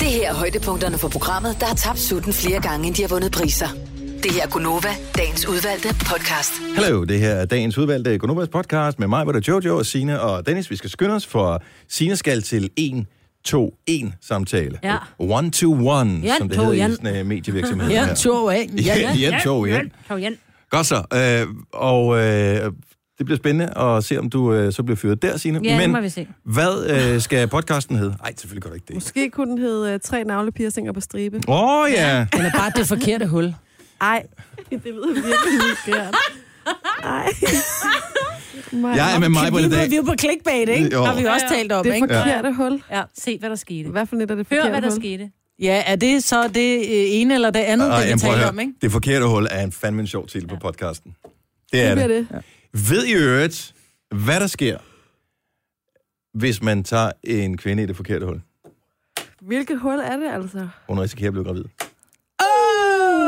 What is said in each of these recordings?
Det her er højdepunkterne for programmet, der har tabt sutten flere gange, end de har vundet priser. Det her er Gunova, dagens udvalgte podcast. Hallo, det her er dagens udvalgte Gunovas podcast med mig, hvor der Jojo og Sine og Dennis. Vi skal skynde os, for Sine skal til 1 2 1 samtale. Ja. One to one, Ja, som det to, hedder ja. i sådan en medievirksomhed. Ja, her. to en. Ja, ja. Ja, to en. Kom igen. Godt så. Øh, og øh, det bliver spændende at se, om du øh, så bliver fyret der, Signe. Ja, det Men må vi se. hvad øh, skal podcasten hedde? Nej, selvfølgelig går det ikke det. Måske kunne den hedde øh, Tre navlepiercinger på stribe. Åh oh, ja. Eller bare det forkerte hul. Ej, det lyder virkelig uskært. Ej. Maja, Jeg er med mig på vi, det var- dag. vi var på clickbait, ikke? Jo. Jo. Har vi jo også talt om, Det ikke? forkerte hul. Ja, se hvad der skete. I hvert fald lidt af det Hør forkerte hvad der hul. skete. Ja, er det så det øh, ene eller det andet, Ej, det vi jamen, prøv at taler høre. om, ikke? Det forkerte hul er en fandme en sjov titel på podcasten. Det er Det det. bliver det. Ved i øvrigt, hvad der sker, hvis man tager en kvinde i det forkerte hul? Hvilket hul er det altså? Hun risikerer at blive gravid.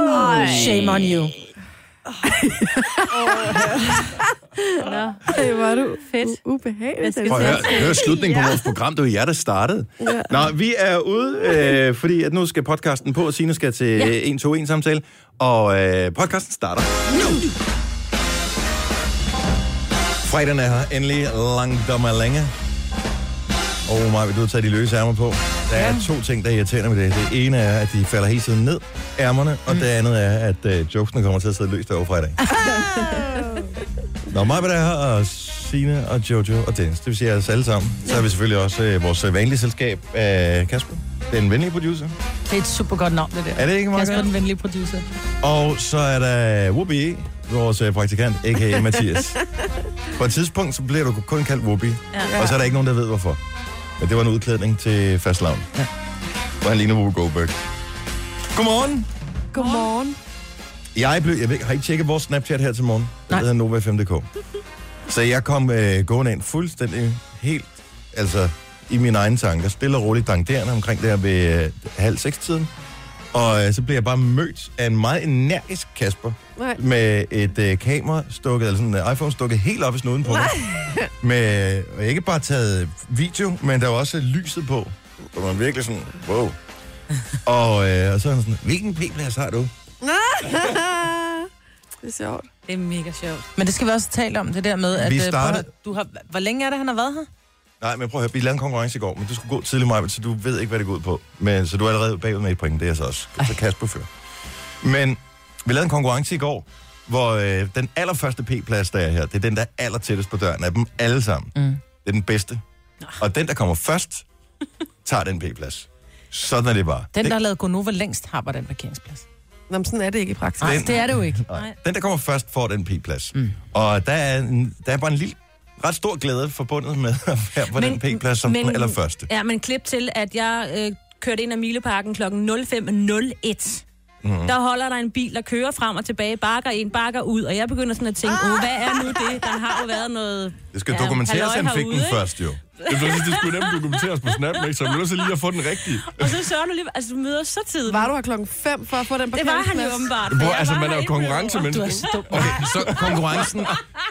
Oh, shame on you. Nå, Ej, var du fedt. u- ubehageligt. Hvad skal Prøv Dennis. at høre, hør slutningen på vores program. Det var jer, der startede. Ja. Nå, vi er ude, øh, fordi at nu skal podcasten på, og Signe skal til ja. 1-2-1-samtale. Og øh, podcasten starter nu. Fredagen er her. Endelig langt om længe. Åh, oh, Maja, du har taget de løse ærmer på. Der er to ting, der irriterer mig det. Det ene er, at de falder hele tiden ned, ærmerne, og det andet er, at øh, jokesene kommer til at sidde løst over fredag. Nå, mig, hvad der er her, og Signe og Jojo og Dennis. Det vil sige os alle sammen. Så har vi selvfølgelig også øh, vores øh, vanlige selskab, øh, Kasper. Den venlige producer. Det er et super godt navn, det der. Er det ikke meget Kasper, godt? den venlige producer. Og så er der Whoopi, vores øh, praktikant, a.k.a. Mathias. På et tidspunkt, så bliver du kun kaldt Whoopi. Ja. Og så er der ikke nogen, der ved, hvorfor. Men det var en udklædning til fastlavn. Ja. Hvor han ligner Whoopi Goldberg. Godmorgen. Godmorgen. Jeg, blev, jeg ved, har ikke tjekket vores Snapchat her til morgen. Det Nej. hedder Nova5.dk. Så jeg kom øh, gående ind fuldstændig helt, altså i mine egne tanker, stille og roligt danderende omkring der ved øh, halv seks tiden. Og øh, så blev jeg bare mødt af en meget energisk Kasper Nej. med et øh, kamera stukket, eller sådan en øh, iPhone stukket helt op i snuden på mig. Med, og ikke bare taget video, men der var også lyset på. Og man virkelig sådan, wow. og, øh, og så er han sådan, hvilken p-plads har du? Det er sjovt. Det er mega sjovt. Men det skal vi også tale om, det der med, at... Vi øh, prøv at startede- høre, Du har, hvor længe er det, han har været her? Nej, men prøv at høre, vi lavede en konkurrence i går, men du skulle gå tidligt mig, så du ved ikke, hvad det går ud på. Men, så du er allerede bagud med et point, det er jeg så også. Så Kasper før. Men vi lavede en konkurrence i går, hvor øh, den allerførste P-plads, der er her, det er den, der er aller tættest på døren af dem alle sammen. Mm. Det er den bedste. Og den, der kommer først, tager den P-plads. Sådan er det bare. Den, der har lavet Gonova længst, har bare den parkeringsplads. Nå, men sådan er det ikke i praksis. Nej, Den- det er det jo ikke. Nej. Den, der kommer først, får den p-plads. Mm. Og der er, en, der er bare en lille, ret stor glæde forbundet med at være på men, den p-plads som den allerførste. Ja, men klip til, at jeg øh, kørte ind ad Mileparken kl. 05.01. Mm. Mhm. Der holder der en bil, der kører frem og tilbage, bakker ind, bakker ud, og jeg begynder sådan at tænke, åh, hvad er nu det? Der har jo været noget... Det skal ja, dokumenteres, at han fik den først, jo. Jeg synes, det skulle nemt dokumenteres på Snap, ikke? Så man er nødt til lige at få den rigtige. Og så sørger du lige, altså du møder så tidligt. Var du her klokken 5 for at få den Det var parkeringsplads? han jo åbenbart. for Hvor, jeg altså, var man er her jo ikke konkurrencemenneske. Du er stum. Okay, så konkurrencen,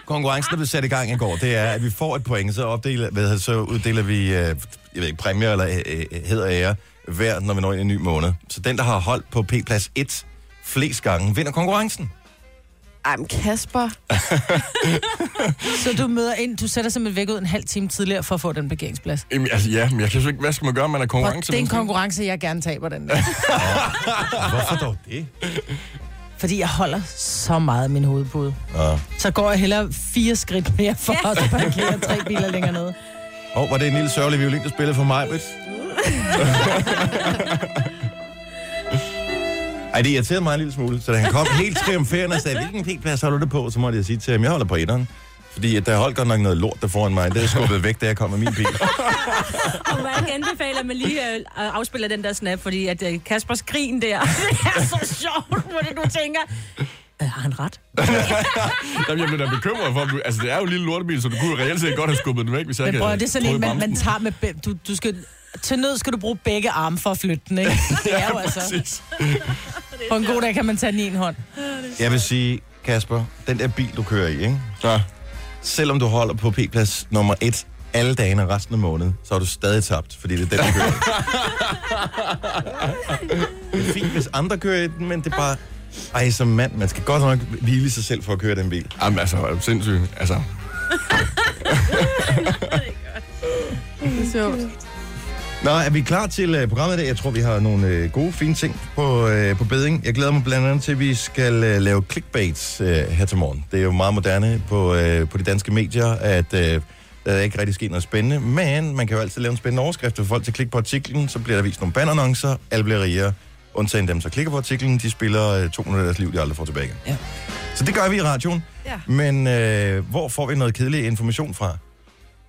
konkurrencen, der blev sat i gang i går, det er, at vi får et point, så, opdeler, hvad, så uddeler vi øh, jeg ved ikke, præmier eller øh, øh, hed og ære hver, når vi når ind i en ny måned. Så den, der har holdt på p-plads 1 flest gange, vinder konkurrencen. Ej, men Kasper. Så du møder ind, du sætter simpelthen væk ud en halv time tidligere for at få den parkeringsplads. Jamen, altså, ja, men jeg kan sgu ikke, hvad skal man gøre, man er Og konkurrence. det er en konkurrence, jeg gerne taber den der. Hvorfor dog det? Fordi jeg holder så meget af min hovedpude. Nå. Så går jeg hellere fire skridt mere for at parkere tre biler længere nede. Og oh, var det en lille sørgelig violin, der spillede for mig, Britt? Ej, det irriterede mig en lille smule. Så da han kom helt triumferende og sagde, hvilken p-plads holder du på? Så måtte jeg sige til ham, jeg holder på etteren. Fordi at der holdt godt nok noget lort der foran mig. Det er skubbet væk, da jeg kom med min bil. Og man kan anbefale, at man lige øh, afspiller den der snap, fordi at øh, Kaspers grin der, det er så sjovt, hvor det du tænker, øh, har han ret? Jamen, jeg bliver da bekymret for, at du- altså, det er jo en lille lortebil, så du kunne jo reelt set godt have skubbet den væk, hvis jeg Men ikke prøv, havde at høre, det er sådan en, prøvet man, man bremsen. tager med... be- Du, du skal, til nød skal du bruge begge arme for at flytte den, ikke? Det er jo altså... Præcis. På en god dag kan man tage den i en hånd. Jeg vil sige, Kasper, den der bil, du kører i, ikke? Ja. selvom du holder på p-plads nummer 1 alle dagene resten af måneden, så er du stadig tabt, fordi det er den, der kører. det er fint, hvis andre kører i den, men det er bare... Ej, som mand, man skal godt nok hvile sig selv for at køre den bil. Jamen altså, er du sindssyg. Altså, Det er sjovt. Nå, er vi klar til uh, programmet i dag? Jeg tror, vi har nogle uh, gode, fine ting på, uh, på beding. Jeg glæder mig blandt andet til, at vi skal uh, lave clickbaits uh, her til morgen. Det er jo meget moderne på, uh, på de danske medier, at uh, der er ikke rigtig sket noget spændende. Men man kan jo altid lave en spændende overskrift for folk til at klikke på artiklen. Så bliver der vist nogle banannoncer. Alle bliver rigere. Undtagen dem, som klikker på artiklen. De spiller uh, to minutter af deres liv, de aldrig får tilbage igen. Ja. Så det gør vi i radioen. Ja. Men øh, hvor får vi noget kedelig information fra?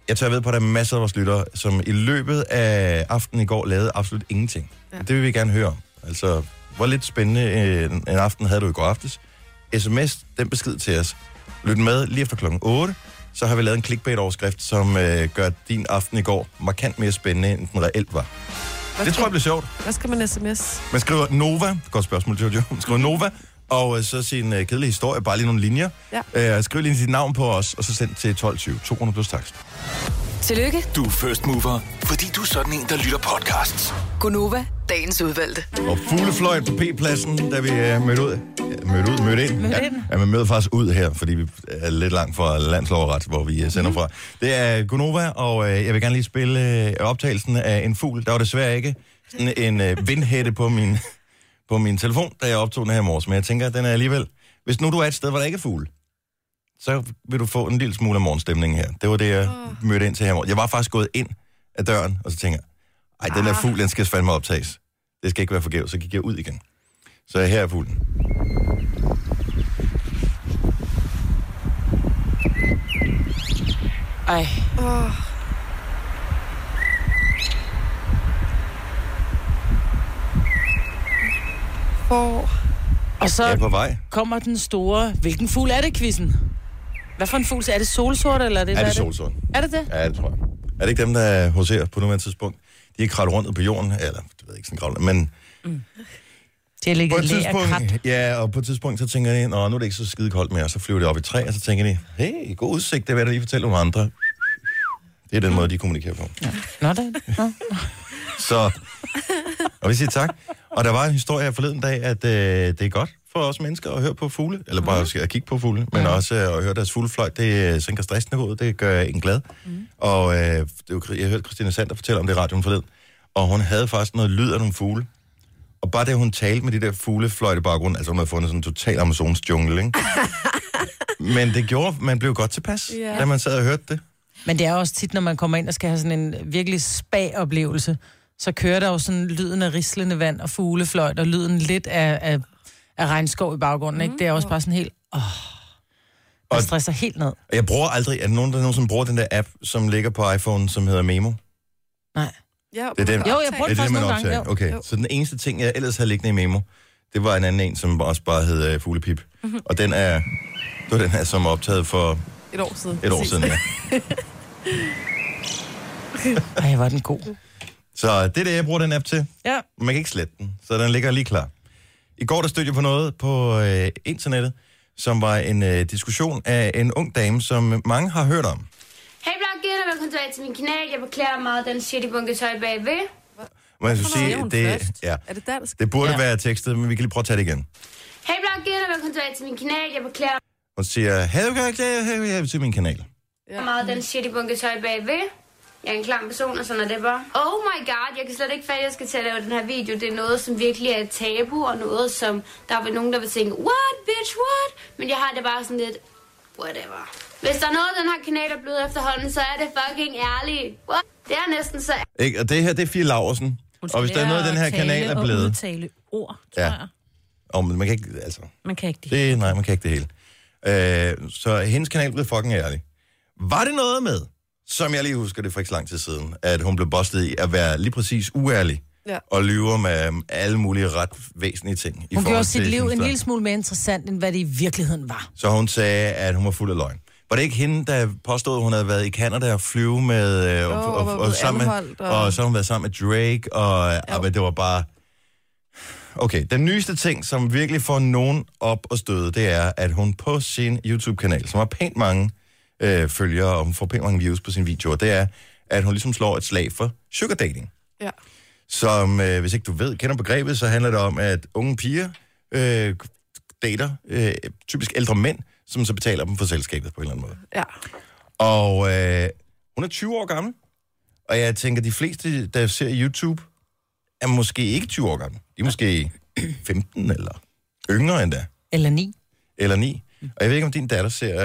Jeg tør ved på, at der er masser af vores lyttere, som i løbet af aftenen i går lavede absolut ingenting. Ja. Ja. Det vil vi gerne høre om. Altså, hvor lidt spændende øh, en aften havde du i går aftes. SMS, den besked til os. Lyt med lige efter klokken 8. Så har vi lavet en clickbait-overskrift, som øh, gør din aften i går markant mere spændende, end den reelt var. Hvad Det tror jeg skal, bliver sjovt. hvad skal man sms? Man skriver Nova, godt spørgsmål, Jojo. Man skriver Nova, og øh, så sin øh, kedelige historie, bare lige nogle linjer. Ja. Øh, skriv lige sit navn på os, og så send til 12.20. 200 plus takst. Tillykke, Du er first mover, fordi du er sådan en, der lytter podcasts. Gunova, dagens udvalgte. Og fuglefløjt på P-pladsen, da vi øh, mødte ud. Ja, mødte ud, mødte ind. Mødte ja, ind. ja, man møder faktisk ud her, fordi vi er lidt langt fra landslovret, hvor vi øh, Mhm. sender fra. Det er Gunova, og øh, jeg vil gerne lige spille øh, optagelsen af en fugl. Der var desværre ikke sådan en øh, vindhætte på min, på min telefon, da jeg optog den her i morges. Men jeg tænker, at den er alligevel... Hvis nu du er et sted, hvor der ikke er fugle, så vil du få en lille smule af morgenstemningen her. Det var det, jeg mødte ind til her i morgen. Jeg var faktisk gået ind af døren, og så tænker jeg, ej, den der Ah. fugl, den skal fandme optages. Det skal ikke være forgæves, så gik jeg ud igen. Så her er fuglen. Ej. For... Og Jeg er så på vej. kommer den store, hvilken fugl er det, quizzen? Hvad for en fugl? Er det solsort, eller er det, Er hvad det solsort? Er det det? Ja, det tror jeg. Er det ikke dem, der hoserer på nuværende tidspunkt? De er kravlet rundt på jorden, eller det ved jeg ikke, sådan kravlet, men Det er på ligget et læg og krat. tidspunkt, ja, og på et tidspunkt, så tænker de, nå, nu er det ikke så skide koldt mere, og så flyver det op i træ, og så tænker de, hey, god udsigt, det vil jeg da lige fortælle nogle andre. Det er den måde, de kommunikerer på. Nå, det Nå. Så, og vi siger tak. Og der var en historie her forleden dag, at øh, det er godt for os mennesker at høre på fugle, eller bare mm. at kigge på fugle, men også øh, at høre deres fuglefløjt, det øh, sænker stressniveauet, det gør en glad. Mm. Og øh, det var, jeg hørte Christina Sander fortælle om det i radioen forleden, og hun havde faktisk noget lyd af nogle fugle. Og bare det, hun talte med de der fuglefløjte baggrund, altså hun havde fundet sådan en total Amazons jungle, ikke? Men det gjorde, man blev godt tilpas, Ja. da man sad og hørte det. Men det er også tit, når man kommer ind og skal have sådan en virkelig spa-oplevelse, så kører der jo sådan lyden af rislende vand og fuglefløjt, og lyden lidt af, af, af regnskov i baggrunden, ikke? Det er også bare sådan helt, åh, Og- man stresser helt ned. Og jeg bruger aldrig, er der nogen, der nogensinde bruger den der app, som ligger på iPhone, som hedder Memo? Nej. Ja, Det er den. Jo, jeg bruger Er den det det, faktisk man nogle gange. optager? Jo. Okay, Jo. så den eneste ting, jeg ellers havde liggende i memo, det var en anden en, som også bare hed øh, Fuglepip. Mhm. Og den er, det var den her, som er optaget for Et år siden. et år Præcis. siden. Ja. Ej, var den god. Så det er det, jeg bruger den app til. Ja. Man kan ikke slette den, så den ligger lige klar. I går der stødte jeg på noget på øh, internettet, som var en øh, diskussion af en ung dame, som mange har hørt om. Hej bloggen, og velkommen tilbage til min kanal. Jeg beklager meget den shitty bunke tøj bagved. Man skal Hvorfor sige, siger hun det, først? ja, Er det dansk? det burde ja. Ja. være tekstet, men vi kan lige prøve at tage det igen. Hej bloggen, og velkommen tilbage til min kanal. Jeg beklager Hun siger, hey, okay, okay, okay, til min kanal. meget den shitty bunke tøj bagved. Jeg er en klam person, og sådan er det bare. Oh my god, jeg kan slet ikke fatte, at jeg skal til at lave den her video. Det er noget, som virkelig er et tabu, og noget, som der er nogen, der vil tænke, what, bitch, what? Men jeg har det bare sådan lidt, whatever. Hvis der er noget, den her kanal er blevet efterhånden, så er det fucking ærligt. What? Det er næsten så Ikke? Og det her, det er Fie Laursen. Og hvis der er noget, den her kanal er Og blevet... udtale ord, Ja. tror ja. jeg. Åh, men man kan ikke, altså, Man kan ikke det. det, nej, man kan ikke det hele. Øh, så hendes kanal blev fucking ærlig. Var det noget med, som jeg lige husker det for ikke så lang tid siden, at hun blev bustet i at være lige præcis uærlig Ja. og lyver med øhm, alle mulige ret væsentlige ting. I Hun forhold gjorde til sit liv sin en større- lille smule mere interessant, end hvad det i virkeligheden var. Så hun sagde, at hun var fuld af løgn. Var det ikke hende, der påstod, at hun havde været i Canada og flyve med... Øh, og, og og, var og, blevet sammen med, anholdt, og... og- og så har hun været sammen med Drake, og øh, men det var bare... Okay, den nyeste ting, som virkelig får nogen op og støde, det er, at hun på sin YouTube-kanal, som har pænt mange øh, følgere, og hun får pænt mange views på sine videoer, det er, at hun ligesom slår et slag for sugar dating. Ja. Som, øh, hvis ikke du ved, kender begrebet, så handler det om, at unge piger øh, dater øh, typisk ældre mænd, som så betaler dem for selskabet på en eller anden måde. Ja. Og øh, hun er 20 år gammel, og jeg tænker, de fleste, der ser YouTube, er måske ikke 20 år gammel. De er måske 15 eller yngre endda, Eller ni. eller 9. Og jeg ved ikke, om din datter ser øh,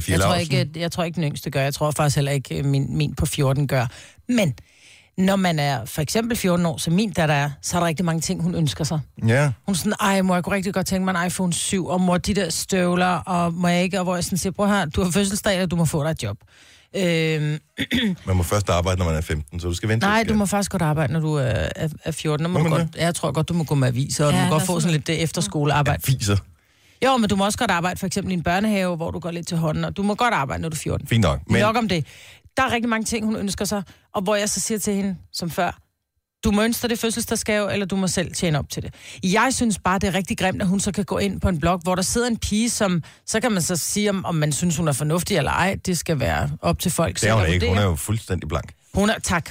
Fia Jeg tror, Laursen. ikke, at- jeg tror ikke, den yngste gør. Jeg tror faktisk heller ikke, øh, min, min på 14 gør. Men når man er for eksempel 14 år, som min datter er, så er der rigtig mange ting, hun ønsker sig. Ja. Hun er sådan, ej mor, jeg kunne rigtig godt tænke mig en iPhone 7, og mor, de der støvler, og må jeg ikke, og hvor jeg sådan siger, prøv her, du har fødselsdag, og du må få dig et job. Øhm, Man må først arbejde, når man er 15, så du skal vente. nej, til- du må faktisk godt arbejde, når du er, er- er 14. Må Må du man godt, jeg tror godt, du må gå med aviser, og ja, Ja, du der må godt er få sådan sådan lidt øh, efterskolearbejde. Fiser. Jo, men du må også godt arbejde for eksempel i en børnehave, hvor du går lidt til hånden, og du må godt arbejde, når du er 14. Fint nok. Men... Men, Nok om det. Der er rigtig mange ting, hun ønsker sig, og hvor jeg så siger til hende, som før, du må ønske dig det fødselsdagsgave, eller du må selv tjene op til det. Jeg synes bare, det er rigtig grimt, at hun så kan gå ind på en blog, hvor der sidder en pige, som så kan man så sige, om, om man synes, hun er fornuftig eller ej. Det skal være op til folk. det er selv hun at ikke. Hun er vurdere. jo fuldstændig blank. hun er... Tak.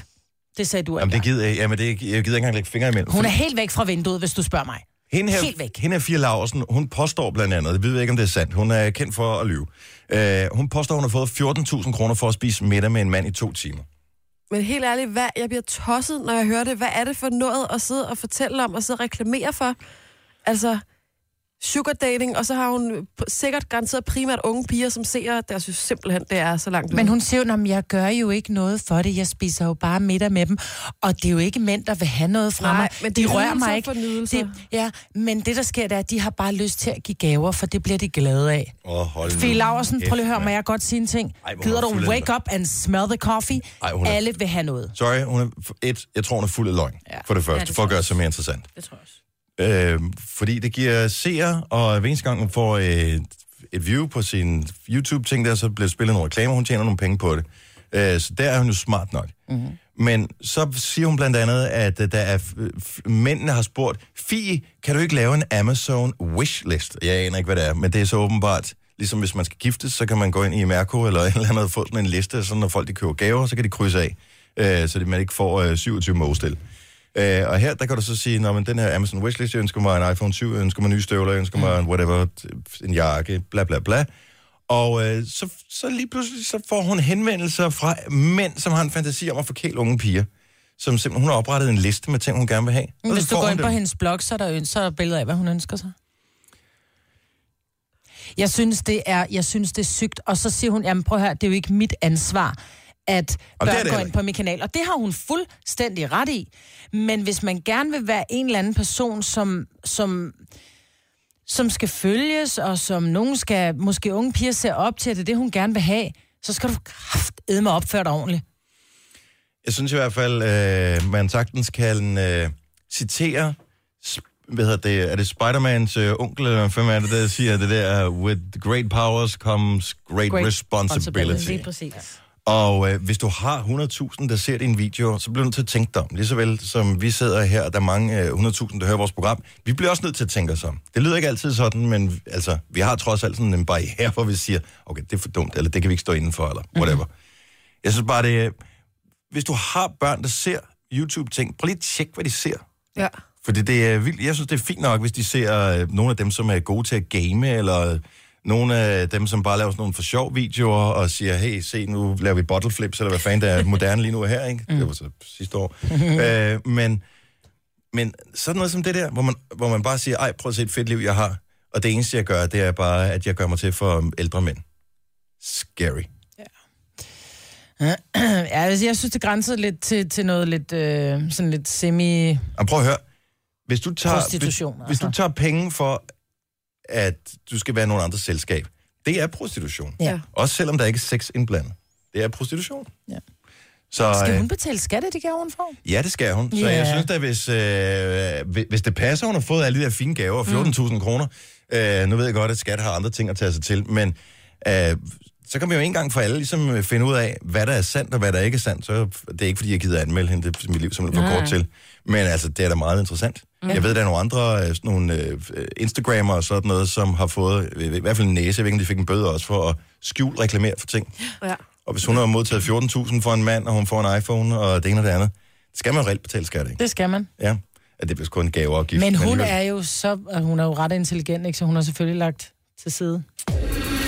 Det sagde du. Jamen, det Jamen, gider jeg, jamen, det, jeg gider ikke engang lægge fingre imellem. Hun er helt væk fra vinduet, hvis du spørger mig. Hende her, Helt væk. Hende her Fia Laursen, hun påstår blandt andet, det ved jeg ikke, om det er sandt, hun er kendt for at lyve. Uh, hun påstår, hun har fået 14.000 kroner for at spise middag med en mand i to timer. Men helt ærligt, hvad, jeg bliver tosset, når jeg hører det. Hvad er det for noget at sidde og fortælle om, og sidde og reklamere for? Altså, sugar dating, og så har hun p- sikkert garanteret primært unge piger, som ser, der synes simpelthen, det er så langt Men ude. hun siger jo, "Nå, men jeg gør jo ikke noget for det. Jeg spiser jo bare middag med dem. Og det er jo ikke mænd, der vil have noget fra Nej, mig. men de det er rører nydelser mig for ikke. nydelser. Det, ja, men det, der sker, det er, at de har bare lyst til at give gaver, for det bliver de glade af. Åh, oh, hold nu Fie Laursen, kæft, prøv lige at høre, mand. må jeg godt sige en ting? Ej, hvor er Gider hun du fuld af wake up and smell the coffee? Ej, Ej, hun er- Alle vil have noget. Sorry, hun er, f- et, jeg tror, hun er fuld af løgn, ja. for det første, ja, Ja, det det for at tror jeg gøre sig mere interessant. Det tror jeg også. Øh, fordi det giver seere, og hver eneste gang hun får øh, et view på sin YouTube-ting der, så bliver der spillet nogle reklamer, hun tjener nogle penge på det. Øh, så der er hun jo smart nok. Mm-hmm. Men så siger hun blandt andet, at øh, der er f- f- mændene har spurgt, Fie, kan du ikke lave en Amazon wishlist? Jeg aner ikke, hvad det er, men det er så åbenbart, ligesom hvis man skal giftes, så kan man gå ind i Merco eller et eller andet og få sådan en liste, sådan når folk de køber gaver, så kan de krydse af, øh, så det- man ikke får øh, 27 måstil. Øh, og her, der kan du så sige, at den her Amazon wishlist, jeg ønsker mig en iPhone 7, jeg ønsker mig nye støvler, jeg ønsker mig en whatever, t- en jakke, bla bla bla. Og øh, så, så lige pludselig så får hun henvendelser fra mænd, som har en fantasi om at forkæle unge piger. Som simpelthen, hun har oprettet en liste med ting, hun gerne vil have. Og så Hvis får du går hun ind på dem. hendes blog, så er der, øn- så er der billeder af, hvad hun ønsker sig. Jeg synes, det er, jeg synes, det er sygt. Og så siger hun, jamen prøv her, det er jo ikke mit ansvar, at Og det er det børn går heller ind på min kanal. Og det har hun fuldstændig ret i. Men hvis man gerne vil være en eller anden person, som, som, som skal følges, og som nogen skal, måske unge piger ser op til, at det er det, hun gerne vil have, så skal du kraftedme opføre dig ordentligt. Jeg synes i hvert fald, øh, man sagtens kan øh, citere, sp- hvad hedder det, er det Spider-Mans øh, onkel, eller hvem er det, der siger det der, uh, with great powers comes great, great Great responsibility. Lige præcis. Og øh, hvis du har 100.000, der ser dine videoer, så bliver du nødt til at tænke dig om. Lige så vel som vi sidder her, og der er mange øh, 100.000, der hører vores program. Vi bliver også nødt til at tænke os om. Det lyder ikke altid sådan, men altså, vi har trods alt sådan en barriere, hvor vi siger, okay, det er for dumt, eller det kan vi ikke stå indenfor, eller whatever. Jeg synes bare, det er, hvis du har børn, der ser YouTube-ting, prøv lige at tjekke, hvad de ser. Ja. Fordi det er vildt. Jeg synes, det er fint nok, hvis de ser øh, nogle af dem, som er gode til at game, eller nogle af dem, som bare laver sådan nogle for sjov videoer, og siger, hey, se, nu laver vi bottle flips, eller hvad fanden der er moderne lige nu her, ikke? Mm. Det var så sidste år. øh, men, men sådan noget som det der, hvor man, hvor man bare siger, ej, prøv at se et fedt liv, jeg har. Og det eneste, jeg gør, det er bare, at jeg gør mig til for ældre mænd. Scary. Ja, altså, jeg synes, det grænsede lidt til, til noget lidt, øh, sådan lidt semi... Og prøv at høre. Hvis du tager, Prostitution, hvis, altså. hvis du tager penge for, at du skal være nogen andres selskab, det er prostitution. Ja. Også selvom der ikke er sex indblandet. Det er prostitution. Ja. Så, Skal øh, hun betale skat af de gaver, hun får? Ja, det skal hun. Så Ja. jeg synes da, hvis, øh, hvis- hvis det passer, hun har fået alle de der fine gaver, 14.000 kroner. Øh, nu ved jeg godt, at skat har andre ting at tage sig til, men øh, så kan vi jo en gang for alle ligesom øh, finde ud af, hvad der er sandt og hvad der ikke er sandt. Så det er ikke, fordi jeg gider anmelde hende, det er mit liv simpelthen for kort til. Men altså, det er da meget interessant. Jeg ved, der er nogle andre øh, sådan nogle, øh, Instagrammer og sådan noget, som har fået øh, i hvert fald en næse, jeg ved ikke, om de fik en bøde også for at skjult reklamerer for ting. Ja. Og hvis hun har modtaget 14.000 for en mand, og hun får en iPhone, og det ene og det andet, skal man jo reelt betale skat, ikke? Det skal man. Ja. At det bliver sgu en gaveafgift. Men hun alligevel- er jo så, og hun er jo ret intelligent, ikke? så hun har selvfølgelig lagt til side.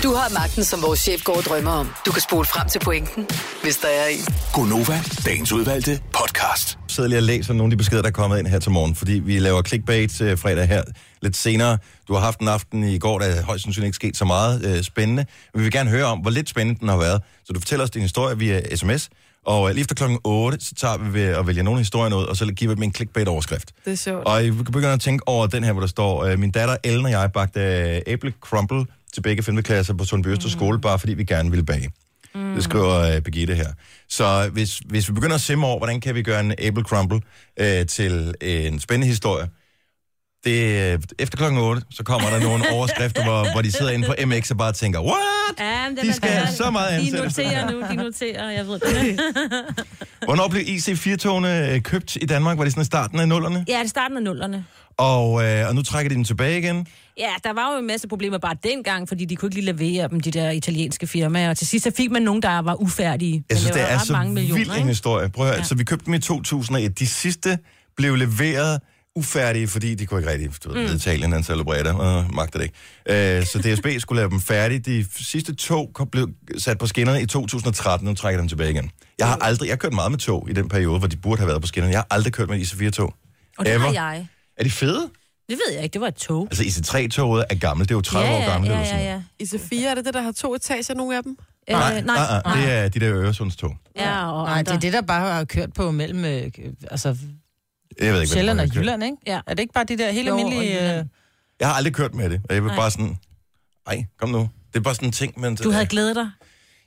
Du har magten, som vores chef går og drømmer om. Du kan spole frem til pointen, hvis der er en. Gonova, dagens udvalgte podcast. sidder lige og læser nogle af de beskeder, der er kommet ind her til morgen, fordi vi laver clickbait øh, fredag her lidt senere. Du har haft en aften i går, der er højst sandsynligt ikke sket så meget øh, spændende. Men vi vil gerne høre om, hvor lidt spændende den har været. Så du fortæller os din historie via sms, og øh, lige efter klokken 8, så tager vi ved at vælge nogle historier ud, og så giver vi dem en clickbait-overskrift. Det er sjovt. Og øh, jeg begynder at tænke over den her, hvor der står, øh, min datter Ellen og jeg bagte øh, æble crumble til begge 5. klasser på Sundby Mm. Østers skole, bare fordi vi gerne ville bage. Mm. Det skriver øh, Birgitte her. Så hvis, hvis vi begynder at simme over, hvordan kan vi gøre en æble crumble øh, til en spændende historie, det, øh, efter klokken 8, så kommer der nogle overskrifter, hvor, hvor de sidder inde på MX og bare tænker, what? Ja, men det, De man skal gør- have så meget De ansættelse. noterer nu, de noterer, jeg ved det. Hvornår blev IC4-togene øh, købt i Danmark? Var det sådan i starten af nullerne? Ja, det starten af nullerne. Og, øh, og nu trækker de dem tilbage igen. Ja, der var jo en masse problemer bare dengang, fordi de kunne ikke lige levere dem, de der italienske firmaer. Og til sidst så fik man nogen, der var ufærdige. Jeg Men synes, det det, var er ret så mange millioner, vild en ikke? historie. Prøv at høre, Ja. så vi købte dem i 2001. De sidste blev leveret ufærdige, fordi de kunne ikke rigtig du ved, mm. Italien, han celebrerede og magter det ikke. Øh, så DSB skulle lave dem færdige. De f- sidste tog kom, blev sat på skinnerne i 2013, nu trækker jeg dem tilbage igen. Jeg har aldrig, jeg har kørt meget med tog i den periode, hvor de burde have været på skinnerne. Jeg har aldrig kørt med IC4-tog. Og det Ever. har jeg. Er de fede? Det ved jeg ikke, det var et tog. Altså IC3-toget er gammelt, det er jo 30 år gammelt. ja, eller sådan ja, noget. ja. I C4 er det det, der har to etager, nogle af dem? Nej, Øh, nej, nej, nej, det er de der Øresundstog. Ja, og Nej, det er det. det, der bare har kørt på mellem øh, altså, Jeg ved ikke, hvad Sjælland det er, og jeg har kørt. Jylland, ikke? Ja. Er det ikke bare de der helt Jo, og almindelige... Øh, Jylland. Jeg har aldrig kørt med det, og jeg vil bare sådan, ej, kom nu. Det er bare sådan en ting, men... Du havde glædet dig.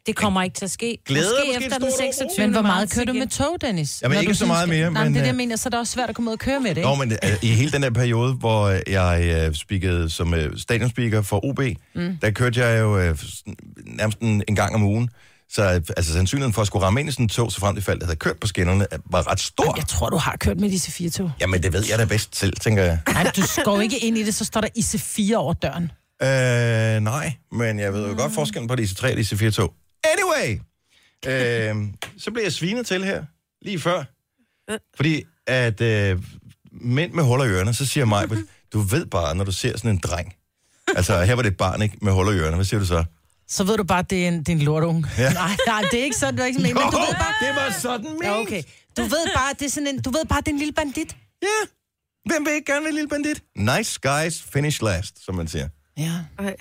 Det kommer ikke til at ske. Glæder dig, måske, måske efter et den stort 26. men hvor meget marts kører du igen. med tog, Dennis? Jamen, Når ikke du så synes, meget at- mere, Nej, men, det er øh, det, jeg mener, så er det også svært at komme ud og køre med det, ikke? Nå, men øh, i hele den der periode, hvor øh, jeg øh, speakede som øh, stadionspeaker for OB, mm. der kørte jeg jo øh, sådan nærmest en, en gang om ugen. Så øh, altså, sandsynligheden for at skulle ramme ind i sådan en tog, så frem til faldet, havde kørt på skinnerne, øh, var ret stor. Jeg tror, du har kørt med disse fire tog. Jamen, det ved jeg da bedst selv, tænker jeg. Nej, du går ikke ind i det, så står der IC4 over døren. Øh, nej, men jeg ved jo godt forskellen på de IC3 og de IC4-tog. Anyway! Øh, så blev jeg svinet til her, lige før. Fordi at øh, mænd med huller i ørerne, så siger mig, Mhm. du ved bare, når du ser sådan en dreng. Altså, her var det et barn, ikke? Med huller i ørerne. Hvad siger du så? Så ved du bare, at det er en, det er en lortunge. Ja. Nej, nej, det er ikke sådan, det var ikke sådan, men men du ved bare... det var sådan ment. Ja, okay. Du ved bare, at det er sådan en, du ved bare, at det er en lille bandit. Ja. Hvem vil ikke gerne være lille bandit? Nice guys finish last, som man siger. Ja. Nej.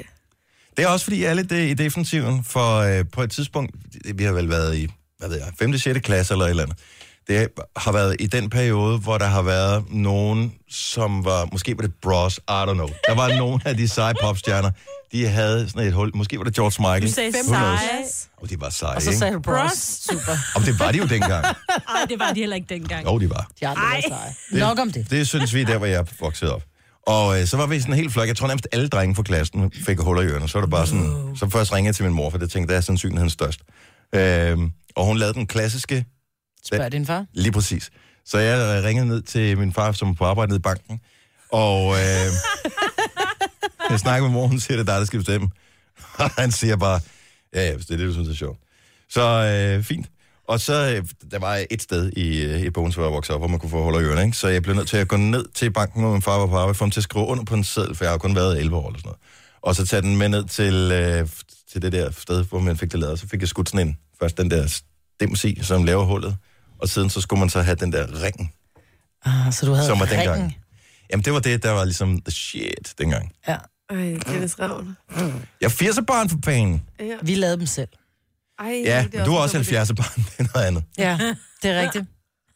Det er også fordi, alle det i defensiven, for øh, på et tidspunkt, det- vi har vel været i, hvad ved jeg, 5. 6. klasse eller et eller andet. Det har været i den periode, hvor der har været nogen, som var, måske var det Bros, I don't know. Der var nogen af de seje popstjerner, de havde sådan et hul. Måske var det George Michael. Du sagde Who knows? seje. Og de var seje, Og så sagde ikke? du bros. Super. Og det var de jo dengang. Ej, det var de heller ikke dengang. Jo, de var. De har aldrig været seje. Nok om det. Det synes vi, der hvor jeg er vokset op. Og øh, så var vi sådan en hel flok. Jeg tror nærmest alle drenge fra klassen fik huller i ørerne. Så var det bare sådan... Så først ringede jeg til min mor, for det tænkte, der er sandsynligheden størst. Øh, og hun lavede den klassiske... Spørg din far. Lige præcis. Så jeg øh, ringede ned til min far, som var på arbejde nede i banken. Og øh, jeg snakkede med mor, hun siger, det er dig, der skal bestemme. Og han siger bare, ja, ja, hvis det er det, du synes er sjovt. Så øh, fint. Og så, øh, der var et sted i, øh, i bogen, hvor jeg voksede op, hvor man kunne få huller i ørerne, ikke? Så jeg blev nødt til at gå ned til banken, hvor min far var på arbejde, for ham til at skrive under på en seddel, for jeg har kun været 11 år eller sådan noget. Og så tage den med ned til, øh, til det der sted, hvor man fik det lavet. Så fik jeg skudt sådan en, først den der stems i, som laver hullet. Og siden så skulle man så have den der ring, Ah, så du havde som var ringen. dengang. Jamen, det var det, der var ligesom the shit dengang. Ja. Ej, Dennis Ravn. Jeg er 80'er barn for pæn. Ja. Vi lavede dem selv. Ej, Ja, det men du er også en dum 70'er barn. Det er noget andet. Ja, det er rigtigt.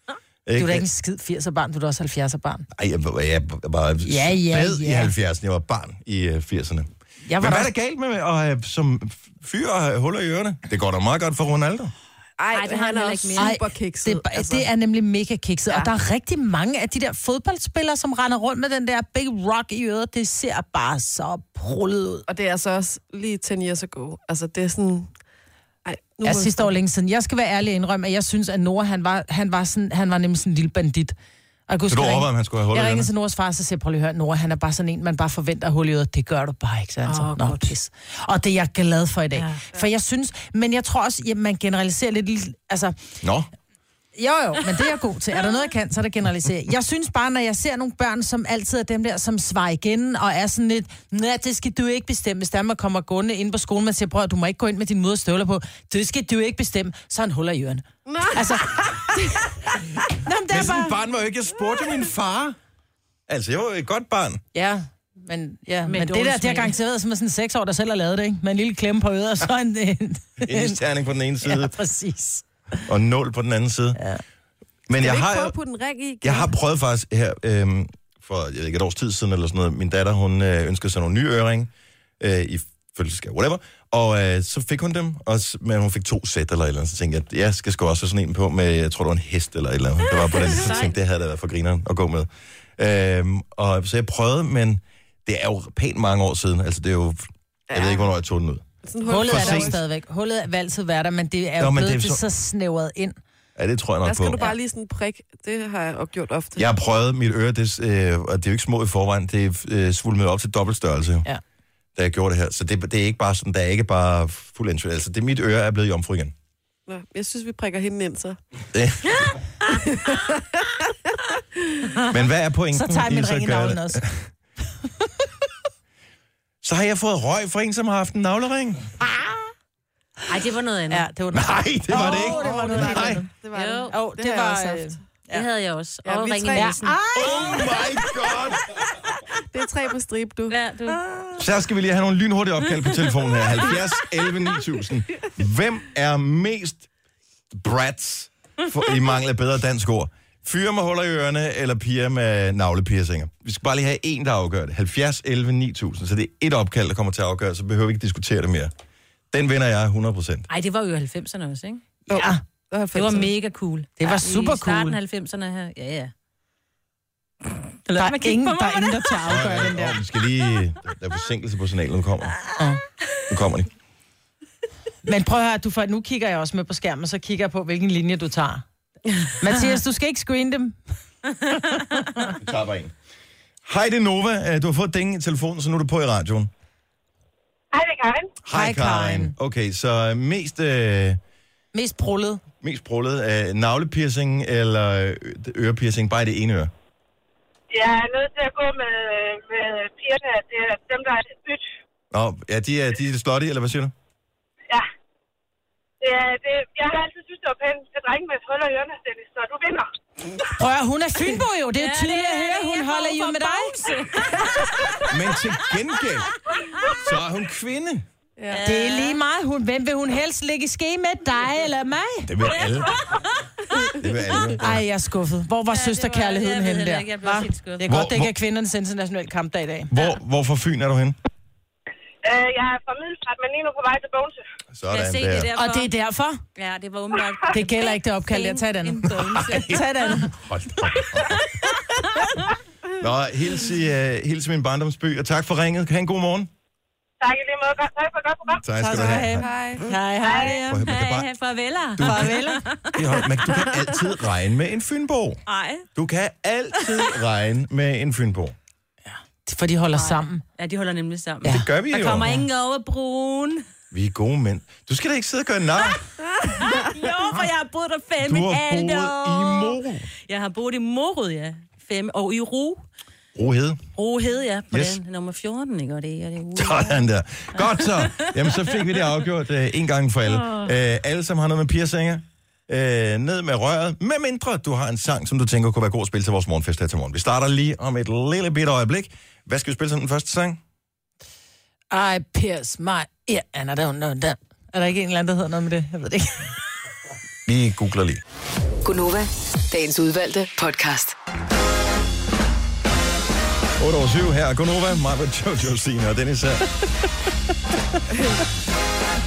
Du er da ikke en skid 80'er barn, du er da også 70'er barn. Ej, jeg, var- jeg var Ja, ja, spæd ja. i 70'erne. Jeg var barn i øh, 80'erne. Jeg Men var hvad da er der galt med at have som fyr og have huller i ørerne? Det går da meget godt for Ronaldo. idé. Ej, Ej, det har han han er heller også ikke mere. super kikset. Altså, Det, er ba- det er nemlig mega kikset, altså. ja. og der er rigtig mange af de der fodboldspillere, som render rundt med den der big rock i øret. Det ser bare så prullet ud. Og det er så også lige 10 years ago. Altså, det er sådan... Ej, nu Ja, må- sidste år længe siden. Jeg skal være ærlig og indrømme, at jeg synes, at Nora, han var, han var, sådan, han var nemlig sådan en lille bandit. Og jeg kunne Så huske, du jeg overvejede, ringede- om han skulle have hul i Jeg ringede ørerne? til Noras far, så siger, jeg, prøv lige at høre, Nora, han er bare sådan en, man bare forventer at hul i øret. Det gør du bare ikke, så han oh, Åh, Nå, godt. pis. Og det er jeg glad for i dag. Ja. For jeg synes, men jeg tror også, at man generaliserer lidt, altså, Nå, jo, jo, men det er jeg god til. Er der noget, jeg kan, så er det generalisere. Jeg synes bare, når jeg ser nogle børn, som altid er dem der, som svarer igen, og er sådan lidt, nej, det skal du ikke bestemme. Hvis Danmark kommer gående ind på skolen, man siger, prøv at du må ikke gå ind med din mors støvler på. Det skal du ikke bestemme. Så er han huller i ørerne. Altså, Nå, men det men er sådan et bare... barn var jo ikke. Jeg spurgte min far. Altså, jeg var jo et godt barn. Ja, men, ja, men, men det dårlig der, det har smag. garanteret som er sådan seks år, der selv har lavet det, ikke? Med en lille klemme på øret, og så en... en, En isterning på den ene side, ja, præcis. og en nål på den anden side. Ja. Men jeg Jeg har, jo- har ikke prøve at putte en ring i. jeg har prøvet faktisk her, øhm, for jeg ved ikke, et års tid siden eller sådan noget, min datter, hun øh, ønskede sig nogle nye øring, øh, i følgeskab, whatever, og øh, så fik hun dem, og, s- men hun fik to sæt eller et eller andet, så tænkte jeg, jeg skal sgu også have sådan en på med, jeg tror det var en hest eller et eller andet, det var på den, så tænkte jeg, det havde da været for grineren at gå med. Øhm, og, så jeg prøvede, men det er jo pænt mange år siden, altså det er jo, jeg ved ikke, hvornår jeg tog den ud. Sådan hul. Hullet er der Præcis. jo stadigvæk. Hullet vil altid være der, men det er Nå, jo men det er blevet det så- så snævret ind. Ja, det tror jeg nok Der skal på. du bare lige sådan prik. Det har jeg også gjort ofte. Jeg har prøvet mit øre, det, øh, og det er jo ikke små i forvejen, det er øh, svulmet op til dobbeltstørrelse, Ja. da jeg gjorde det her. Så det, det er ikke bare sådan, der er ikke bare fuld entry. Altså, det, mit øre er blevet jomfru igen. Nå, jeg synes, vi prikker hende ind så. Det. Men hvad er pointen? Så tager jeg i min så at ring i gøre navlen det? også. Så har jeg fået røg fra en, som har haft en navlering. Nej, det var noget andet. Ja, Ja. det var Nej, det var det ikke. det var noget Nej. andet. Det var Jo, det. Åh, det, har jeg var... også haft. øh, Det havde jeg også. Ja, og vi ringe tre. Ah! i næsen. Oh my god! Det er tre på strip, du. Ja, du. Så skal vi lige have nogle lynhurtige opkald på telefonen her. 70 11 9000. Hvem er mest brats for, i mangel af bedre dansk ord? Fyre med huller i ørerne, eller piger med navlepiercinger? Vi skal bare lige have en, der afgør det. 70 11 9000. Så det er et opkald, der kommer til at afgøre, så behøver vi ikke diskutere det mere. Den vinder jeg 100 procent. Ej, det var jo i 90'erne også, ikke? Ja, Det var mega cool. det var super I starten cool. af 90'erne her. Ja, ja. Der mig er kigge ingen, på mig, der er ingen, der tager afgør den der. Vi skal lige... Der er forsinkelse på signalen, nu kommer. den. Nu kommer de. Men prøv at høre, du får, nu kigger jeg også med på skærmen, så kigger jeg på, hvilken linje du tager. Mathias, du skal ikke screene dem. Vi tager bare en. Hej, det er Nova. Øh, Du har fået dænge i telefonen, så nu er du på i radioen. Hej, det er Karin. Hej, Karin. Okay, så mest, øh, Mest prullet. mest prullet øh, navlepiercing eller ø- ørepiercing, bare i det ene øre. Jeg er nødt til at gå med, med pigerne. Det er dem, der er lidt byt. Nå, ja, de er, de er slutty, eller hvad siger du? Ja. Det er, det, jeg har altid synes, det var pænt til drenge med huller i ørerne, Dennis, så du vinder. Prøv at høre, hun er Fynbo jo. Det er jo tydeligt at høre, hun holder jo med dig. Men til gengæld, så er hun kvinde. Det er lige meget. Hun, hvem vil hun helst ligge i ske med? Dig eller mig? Det vil alle. Det vil alle. Ej, jeg er skuffet. Hvor var ja, søsterkærligheden jeg ved henne heller der? ikke. Jeg blev Hva? helt skuffet. Det er Hvor- godt, det ikke hvor- er kvindernes internationale kampdag i dag. Hvor, hvor fra Fyn er du henne? Øh, jeg er fra Middelfart, men lige nu på vej til Bogense. Jeg Sådan se det der. derfor. Og det er derfor. Ja, det var umiddelbart. Det gælder ikke det opkald. Jeg tager den. En bonus. Tag den. Hold da op. Nå, hils i, uh, hils i min barndomsby, og tak for ringet. Ha' en god morgen. Tak i lige måde. Godt- Tak for et godt program. Tak skal du skal du have. Hej. Hej, Prøv hej. at høre, man kan Hej, bare- hej, farveler. Du kan, man, du kan altid regne med en Fynbo. Ej. Du kan altid regne med en Fynbo. For de holder sammen. Ja, de holder nemlig sammen. Ja. Ja. Det gør vi Der jo. kommer ingen over brun. Vi er gode mænd. Du skal da ikke sidde og gøre nar. Jo, for jeg har boet der fem Du har boet alt i år. Moro. Jeg har boet i Morud, ja. Fem, og i Ro. Rohed. Ro hed jeg på Yes. yes. den nummer 14, ikke? Og det er det uge. Sådan der. Godt så. Jamen, så fik vi det afgjort øh, en gang for alle. Øh, alle, som har noget med piercinger, øh, ned med røret. Med mindre du har en sang, som du tænker kunne være god at spille til vores morgenfest her til morgen. Vi starter lige om et lille bitte øjeblik. Hvad skal vi spille som den første sang? I pierce my ear and I don't know that. Er der ikke en eller anden, der hedder noget med det? Jeg ved det ikke. Vi googler lige. Gunova, dagens udvalgte podcast. 8 over 7 her. er Gunova, Marvind, Jojo, Signe og Dennis her.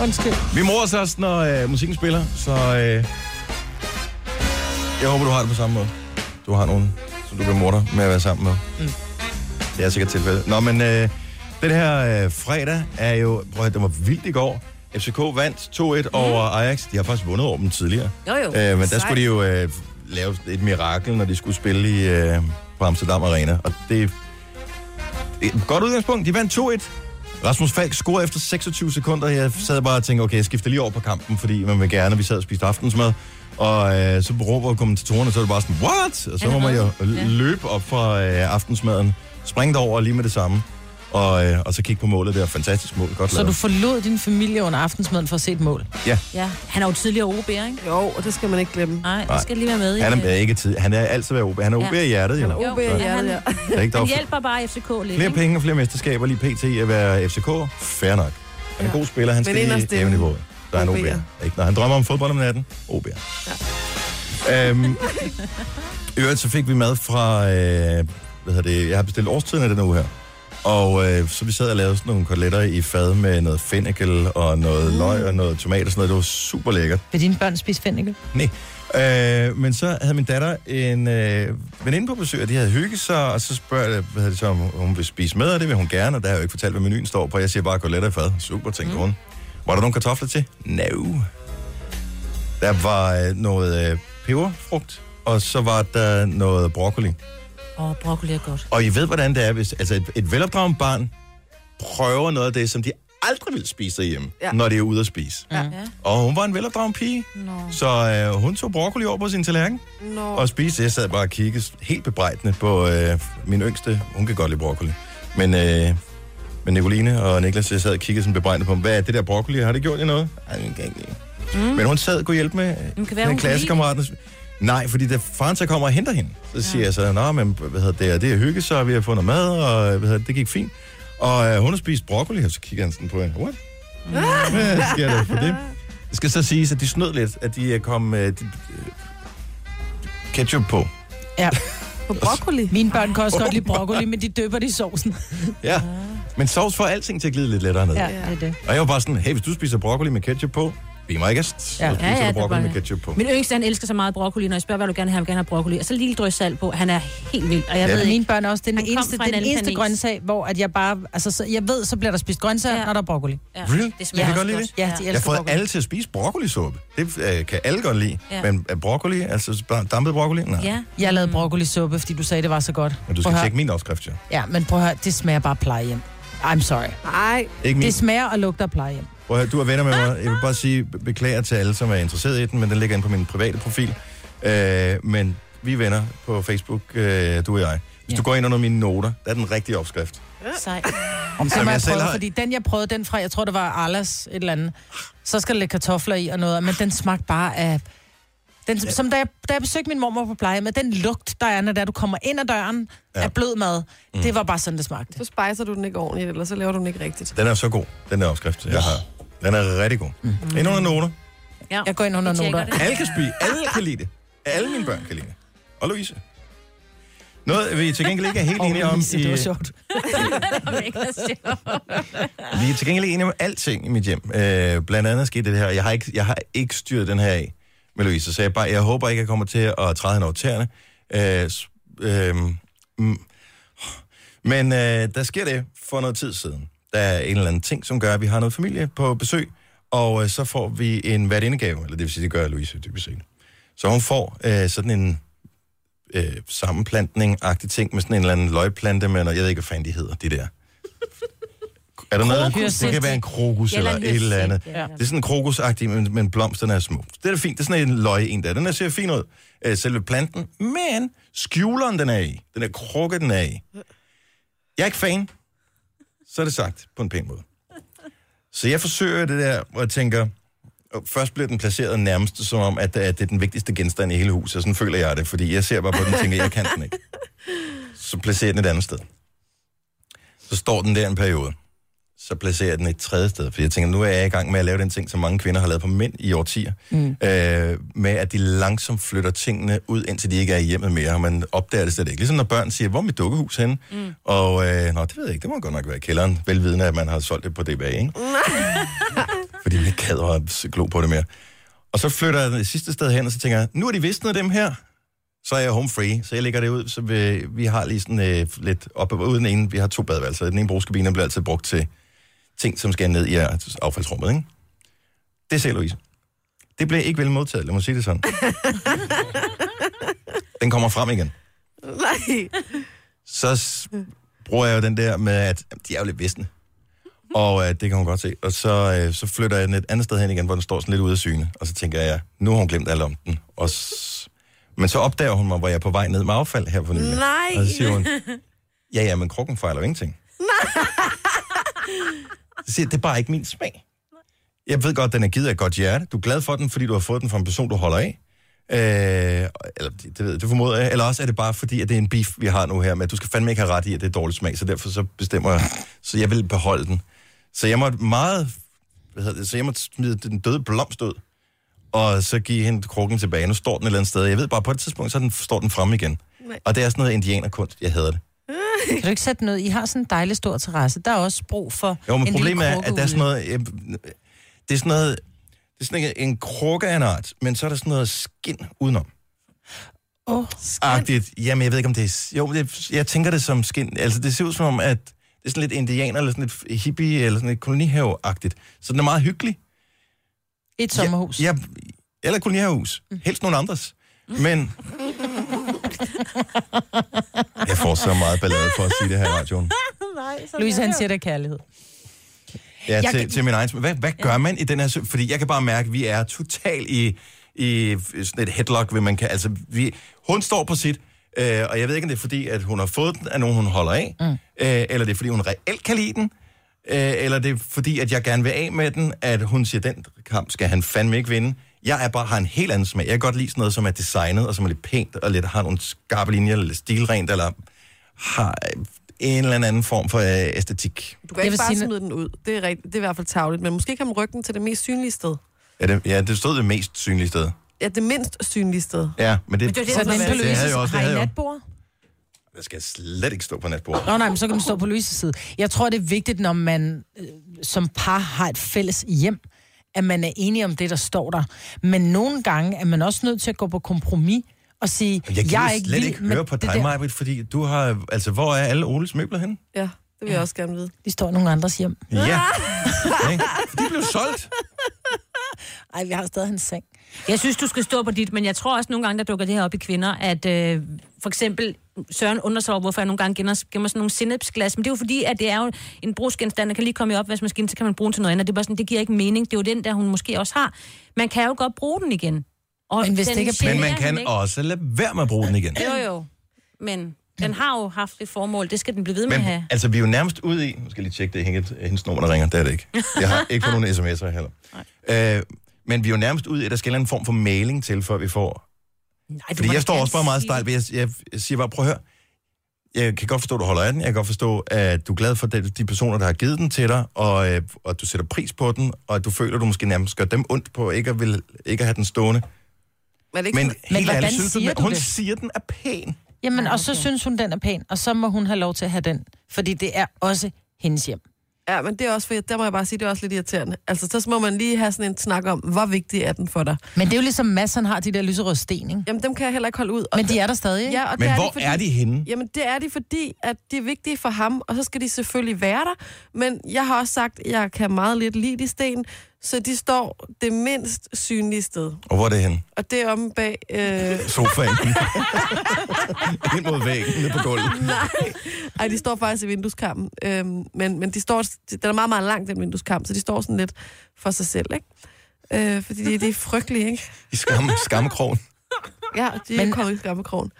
Undskyld. Vi morer os også, når øh, musikken spiller, så øh, jeg håber, du har det på samme måde. Du har nogen, som du kan morre dig med at være sammen med. Mm. Det er sikkert tilfældet. Nå, men øh, den her øh, fredag er jo... Prøv at høre, den var vildt i går. FCK vandt 2-1 mm. over Ajax. De har faktisk vundet over dem tidligere. Mhm. Jo, jo. Øh, men der skulle de jo øh, lave et mirakel, når de skulle spille i, øh, på Amsterdam Arena. Og det er et godt udgangspunkt. De vandt 2-1. Rasmus Falk scorede efter 26 sekunder. Jeg sad bare og tænkte, okay, jeg skifter lige over på kampen, fordi man vil gerne, vi sad og spiste aftensmad. Og øh, så råber kommentatorerne, så er det bare sådan, what? Og så må man jo løbe op fra øh, aftensmaden, springe over lige med det samme, og, øh, og så kigge på målet der. Fantastisk mål, godt Så lavet. du forlod din familie under aftensmaden for at se et mål? Ja. Ja, han er jo tidligere OB, ikke? Jo, og det skal man ikke glemme. Nej, det skal lige være med i. Han er ikke tid. Han er altid været OB. Han er OB i hjertet, jo. Jo, Så- han, Der er ikke han dog- hjælper bare FCK lidt, Flere ikke? penge og flere mesterskaber lige pt. at være FCK. Fair nok. Han er en god spiller, han Men skal inderst i inde, jævniveau. Der er en OB'er. OB'er. Ikke? Når han drømmer om fodbold om natten, OB'er. Ja. Øhm, I øvrigt så fik vi mad fra, øh, hvad hedder det, jeg har bestilt årstiden af den uge her. Og øh, så vi sad og lavede sådan nogle koteletter i fad med noget fennikel og Mm. noget løg og noget tomat og sådan noget. Det var super lækkert. Vil dine børn spise fennikel? Nej. Øh, men så havde min datter en øh, veninde på besøg, og de havde hygget sig, og så spørger jeg, hvad hedder det så, om hun vil spise med, og det vil hun gerne, og der har jeg jo ikke fortalt, hvad menuen står på. Jeg siger bare, gå lettere i fad. Super, tænkte mm. hun. Var der nogle kartofler til? No. Der var øh, noget øh, peberfrugt, og så var der noget broccoli. Åh, oh, broccoli er godt. Og I ved, hvordan det er, hvis altså et, et velopdraget barn prøver noget af det, som de aldrig vil spise derhjemme, Ja. ja. når de er ude at spise. Ja. Og hun var en velopdraget pige, Nå. så øh, hun tog broccoli over på sin tallerken Nå. og spiste. Jeg sad bare og kiggede helt bebrejdende på øh, min yngste. Hun kan godt lide broccoli. Men, øh, men Nicoline og Niklas, jeg sad og kiggede sådan bebrejdende på dem. Hvad er det der broccoli? Har det gjort jer noget? Ej, det kan ikke lide. Mm. Men hun sad og kunne hjælpe med Men kan være, være, hun den kan klassekammeraten. Nej, fordi da faren så kommer og henter hende, så siger ja. jeg så, Nå, men hvad hedder det, og det er hygge, så vi har fundet mad, og hvad hedder, det, det gik fint. Og øh, hun har spist broccoli, og så kigger han sådan på hende. What? Ah. Hvad sker der for det? Det skal så siges, at de snød lidt, at de øh, kom øh, de- øh, ketchup på. Ja. På broccoli? Mine børn kan også godt lide broccoli, men de døber det i sovsen. Ja. Men sovs får alting til at glide lidt lettere ned. Ah. Ja, det er det. Og jeg var bare sådan, hey, hvis du spiser broccoli med ketchup på, vi mig gæst, ja. Ja. så Ja, spiser ja, det ja, du er broccoli bare med det. ketchup på. Min yngste, han elsker så meget broccoli, når jeg spørger, hvad vil du gerne have, han vil gerne have broccoli. Og så lige et drys salt på. Han er helt vild. Og jeg ved Ja, men ikke. mine børn er også den Han kom eneste, fra en den anden eneste planet. grøntsag, hvor at jeg bare... Altså, så, jeg ved, så bliver der spist grøntsager, ja. når der er broccoli. Ja. Really? Det Jeg smager kan også godt lide godt. det. Ja, de jeg elsker har fået broccoli. alle til at spise broccolisuppe. Det øh, kan alle godt lide. Ja. Ja. Men er broccoli, altså bare dampet broccoli? Nej. Ja. Jeg Mm. lavede broccolisuppe, fordi du sagde, det var så godt. Men du Prøv skal at høre. tjekke min opskrift, ja. Ja, men prøv at høre, det smager bare plejehjem. I'm sorry. Nej. Ikke min. Det smager og lugter af plejehjem. Prøv at høre, du er venner med mig. Jeg vil bare sige, be- beklager til alle, som er interesseret i den, men den ligger inde på min private profil. Øh, men vi er venner på Facebook, øh, du og jeg. Hvis ja. du går ind under mine noter, der er den rigtige opskrift. Sej. Om Om som så jeg jeg selv prøve, har- fordi den, jeg prøvede, den fra, jeg tror, det var Arlas et eller andet, så skal der lægge kartofler i og noget, men den smagte bare af... Den, som, som da, jeg, da jeg besøgte min mormor på pleje, med den lugt, der er, når det er, du kommer ind ad døren ja. af blød mad, mm. det var bare sådan, det smagte. Så spejser du den ikke ordentligt, eller så laver du den ikke rigtigt. Den er så god, den der opskrift, jeg har. Den er rigtig god. Mm. Ind under noter. Ja. Jeg går ind under Jeg tjekker noter. det. Alle kan spise, alle kan lide det. Alle mine børn kan lide det. Og Louise. Noget, vi til gengæld ikke er helt Og enige om... Louise, det var sjovt. Vi er til gengæld enige om alting i mit hjem. Øh, blandt andet skete det her. Jeg har, ikke, jeg har ikke styret den her af med Louise. Så jeg, bare, jeg håber ikke, jeg kommer til at træde hende over tæerne. Øh, s- øh, mm. Men øh, der sker det for noget tid siden. Der er en eller anden ting, som gør, at vi har noget familie på besøg. Og øh, så får vi en værtindegave. Eller det vil sige, det gør Louise dybest set. Så hun får øh, sådan en øh, sammenplantning-agtig ting med sådan en eller anden løgplante med noget. Jeg ved ikke, hvad fanden de hedder, de der. Er der noget? Krokus. Det kan være en krokus Ja, eller, eller en eller et eller andet. løssæk, ja. Det er sådan krokusagtigt, men, men blomsterne er små. Det er da fint. Det er sådan en løg en der. Den der ser fin ud. Øh, selve planten. Men skjuleren, den er i. Den er krukke, den er i. Jeg er ikke fan. Så er det sagt på en pæn måde. Så jeg forsøger det der, hvor jeg tænker, og først bliver den placeret nærmest som om, at, at det er den vigtigste genstand i hele huset. og Sådan føler jeg det, fordi jeg ser bare på den og tænker, jeg kan den ikke. Så placerer jeg den et andet sted. Så står den der en periode. Så placerer jeg den et tredje sted, fordi jeg tænker, nu er jeg i gang med at lave den ting, som mange kvinder har lavet på mænd i årtier. Mm. Øh, med at de langsomt flytter tingene ud, indtil de ikke er i hjemmet mere, og man opdager det slet ikke. Ligesom når børn siger, hvor er mit dukkehus henne? Mm. Og øh, nå, det ved jeg ikke, det må godt nok være i kælderen, velvidende, at man har solgt det på DBA, ikke? fordi vi ikke gad at s- glo på det mere. Og så flytter jeg det sidste sted hen, og så tænker jeg, nu er de visnet dem her. Så er jeg home free, så jeg lægger det ud, så vi, vi har lige sådan øh, lidt op og uden en, vi har to badeværelser. Den ene brugskabine bliver altid brugt til ting, som skal ned i affaldsrummet, ikke? Det ser Louise. Det blev ikke vel modtaget, lad mig sige det sådan. den kommer frem igen. Nej. Så s- bruger jeg jo den der med, at jamen, de er jo lidt visne. Og øh, det kan hun godt se. Og så, øh, så flytter jeg den et andet sted hen igen, hvor den står sådan lidt ude af syne. Og så tænker jeg, nu har hun glemt alt om den. Og s- men så opdager hun mig, hvor jeg er på vej ned med affald her for nylig. Nej. Og så siger hun, ja, ja, men krukken fejler jo ingenting. Så siger jeg, det er bare ikke min smag. Jeg ved godt, den er givet af et godt hjerte. Du er glad for den, fordi du har fået den fra en person, du holder af. Øh, eller, det, det, ved jeg, det formoder jeg. Eller også er det bare fordi, at det er en beef, vi har nu her med, at du skal fandme ikke have ret i, at det er dårlig smag, så derfor så bestemmer jeg, så jeg vil beholde den. Så jeg måtte meget, hvad hedder det, så jeg måtte smide den døde blomst ud, og så give hende krukken tilbage. Nu står den et eller andet sted. Jeg ved bare, på et tidspunkt, så den, står den fremme igen. Nej. Og det er sådan noget indianerkunst, jeg hader det. Kan du ikke sætte noget? I har sådan en dejlig stor terrasse. Der er også brug for Jo, men en problemet lille er, krukke at der er sådan ude. noget... Øh, det er sådan noget... Det er sådan ikke en krukke af en art, men så er der sådan noget skin udenom. Åh, Agtigt. Jamen, jeg ved ikke, om det er... s- Jo, det, jeg tænker det som skin. Altså, det ser ud som om, at det er sådan lidt indianer, eller sådan lidt hippie, eller sådan lidt kolonihave-agtigt. Så den er meget hyggelig. Et sommerhus. Mm. Ja, eller kolonihavehus. Helst nogen andres. Men... Jeg får så meget ballade for at sige det her i radioen. Louise, han siger, der er kærlighed. Ja, Jeg til, kan- til min egen smag. Hvad, hvad gør man i den her... sø- Fordi jeg kan bare mærke, at vi er total i, i sådan et headlock, hvor man kan... Altså, vi, hun står på sit, øh, og jeg ved ikke, om det er fordi, at hun har fået den af nogen, hun holder af, mm. øh, eller det er fordi, hun reelt kan lide den, øh, eller det er fordi, at jeg gerne vil af med den, at hun siger, den kamp skal han fandme ikke vinde. Jeg er bare, har en helt anden smag. Jeg kan godt lide sådan noget, som er designet, og som er lidt pænt, og lidt har nogle skarpe linjer, eller lidt stilrent, eller har øh, en eller anden form for øh, æstetik. Du kan Jeg ikke vil bare sige- smide den ud. Det er, rigtigt, det er i hvert fald tavligt, men måske kan man rykke den til det mest synlige sted. Ja, det, ja, det stod det mest synlige sted. Ja, det mindst synlige sted. Ja, men det, Så den på det havde jeg Louises, også. Det har I havde jeg natbord? jo. Det skal jeg slet ikke stå på natbordet. Nå nej, men så kan du stå på Louises side. Jeg tror, det er vigtigt, når man øh, som par har et fælles hjem, at man er enige om det, der står der. Men nogle gange er man også nødt til at gå på kompromis og sige, Jeg jeg kan er jeg ikke slet vild ikke med høre på det dig, der." Majbrit, fordi du har... Altså, hvor er alle Oles møbler henne? Ja, det vil jeg også gerne vide. De står i nogle andres hjem. Ja. Okay. De blev solgt. Ej, vi har stadig hans seng. Jeg synes, du skal stå på dit, men jeg tror også nogle gange, der dukker det her op i kvinder, at øh, for eksempel Søren undrer sig over, hvorfor jeg nogle gange gemmer, gemmer sådan nogle sennepsglas, men det er jo fordi, at det er jo en brugsgenstand, der kan lige komme i opvaskemaskinen, så kan man bruge den til noget andet. Det, er bare sådan, det giver ikke mening. Det er jo den, der hun måske også har. Man kan jo godt bruge den igen. Og Men hvis den det ikke er generer Men man hende kan ikke. også lade være med at bruge den igen. Jo, jo. Men den har jo haft et formål. Det skal den blive ved med at Men have. altså, vi er jo nærmest ude i... Nu skal jeg lige tjekke, det er hende- hendes nummer, der ringer. Det er det ikke. Jeg har ikke fået nogen sms'er heller. Øh, men vi er jo nærmest ude i, at der skal en eller anden form for mailing til, før vi får... Nej, du må Fordi da jeg står gerne også bare meget sige stejl. Jeg, jeg, jeg siger bare, prøv at høre. Jeg kan godt forstå, at du holder af den. Jeg kan godt forstå, at du er glad for de, de personer, der har givet den til dig, og, øh, og du sætter pris på den, og at du føler, at du måske nærmest gør dem ondt på ikke at, vil, ikke at have den stående. Men er det ikke Men, Men... Men helt hvordan ærligt, synes du, siger den, du hun det? siger, at den er pæn. Jamen, og så synes hun, den er pæn, og så må hun have lov til at have den. Fordi det er også hendes hjem. Ja, men det er også, for, der må jeg bare sige, det er også lidt irriterende. Altså, så må man lige have sådan en snak om, hvor vigtig er den for dig. Men det er jo ligesom Mads, han har de der lyserøde sten, ikke? Jamen, dem kan jeg heller ikke holde ud. Og Men de er der stadig, ikke? Ja, og Men det er er hvor de, fordi, er de henne? Jamen, det er de, fordi at de er vigtige for ham, og så skal de selvfølgelig være der. Men jeg har også sagt, at jeg kan meget lidt lide de sten, så de står det mindst synlige sted. Og hvor er det henne? Og det er omme bag... Øh, Sofaen. Ind mod væggen, ned på gulvet. Ej, de står faktisk i vindueskampen. Øhm, men, men de står, den er meget, meget langt, den vindueskamp, så de står sådan lidt for sig selv, ikke? Øh, fordi det, det er frygteligt, ikke? I skam, skammekrogen. Ja, de men, er kommet i skammekrogen.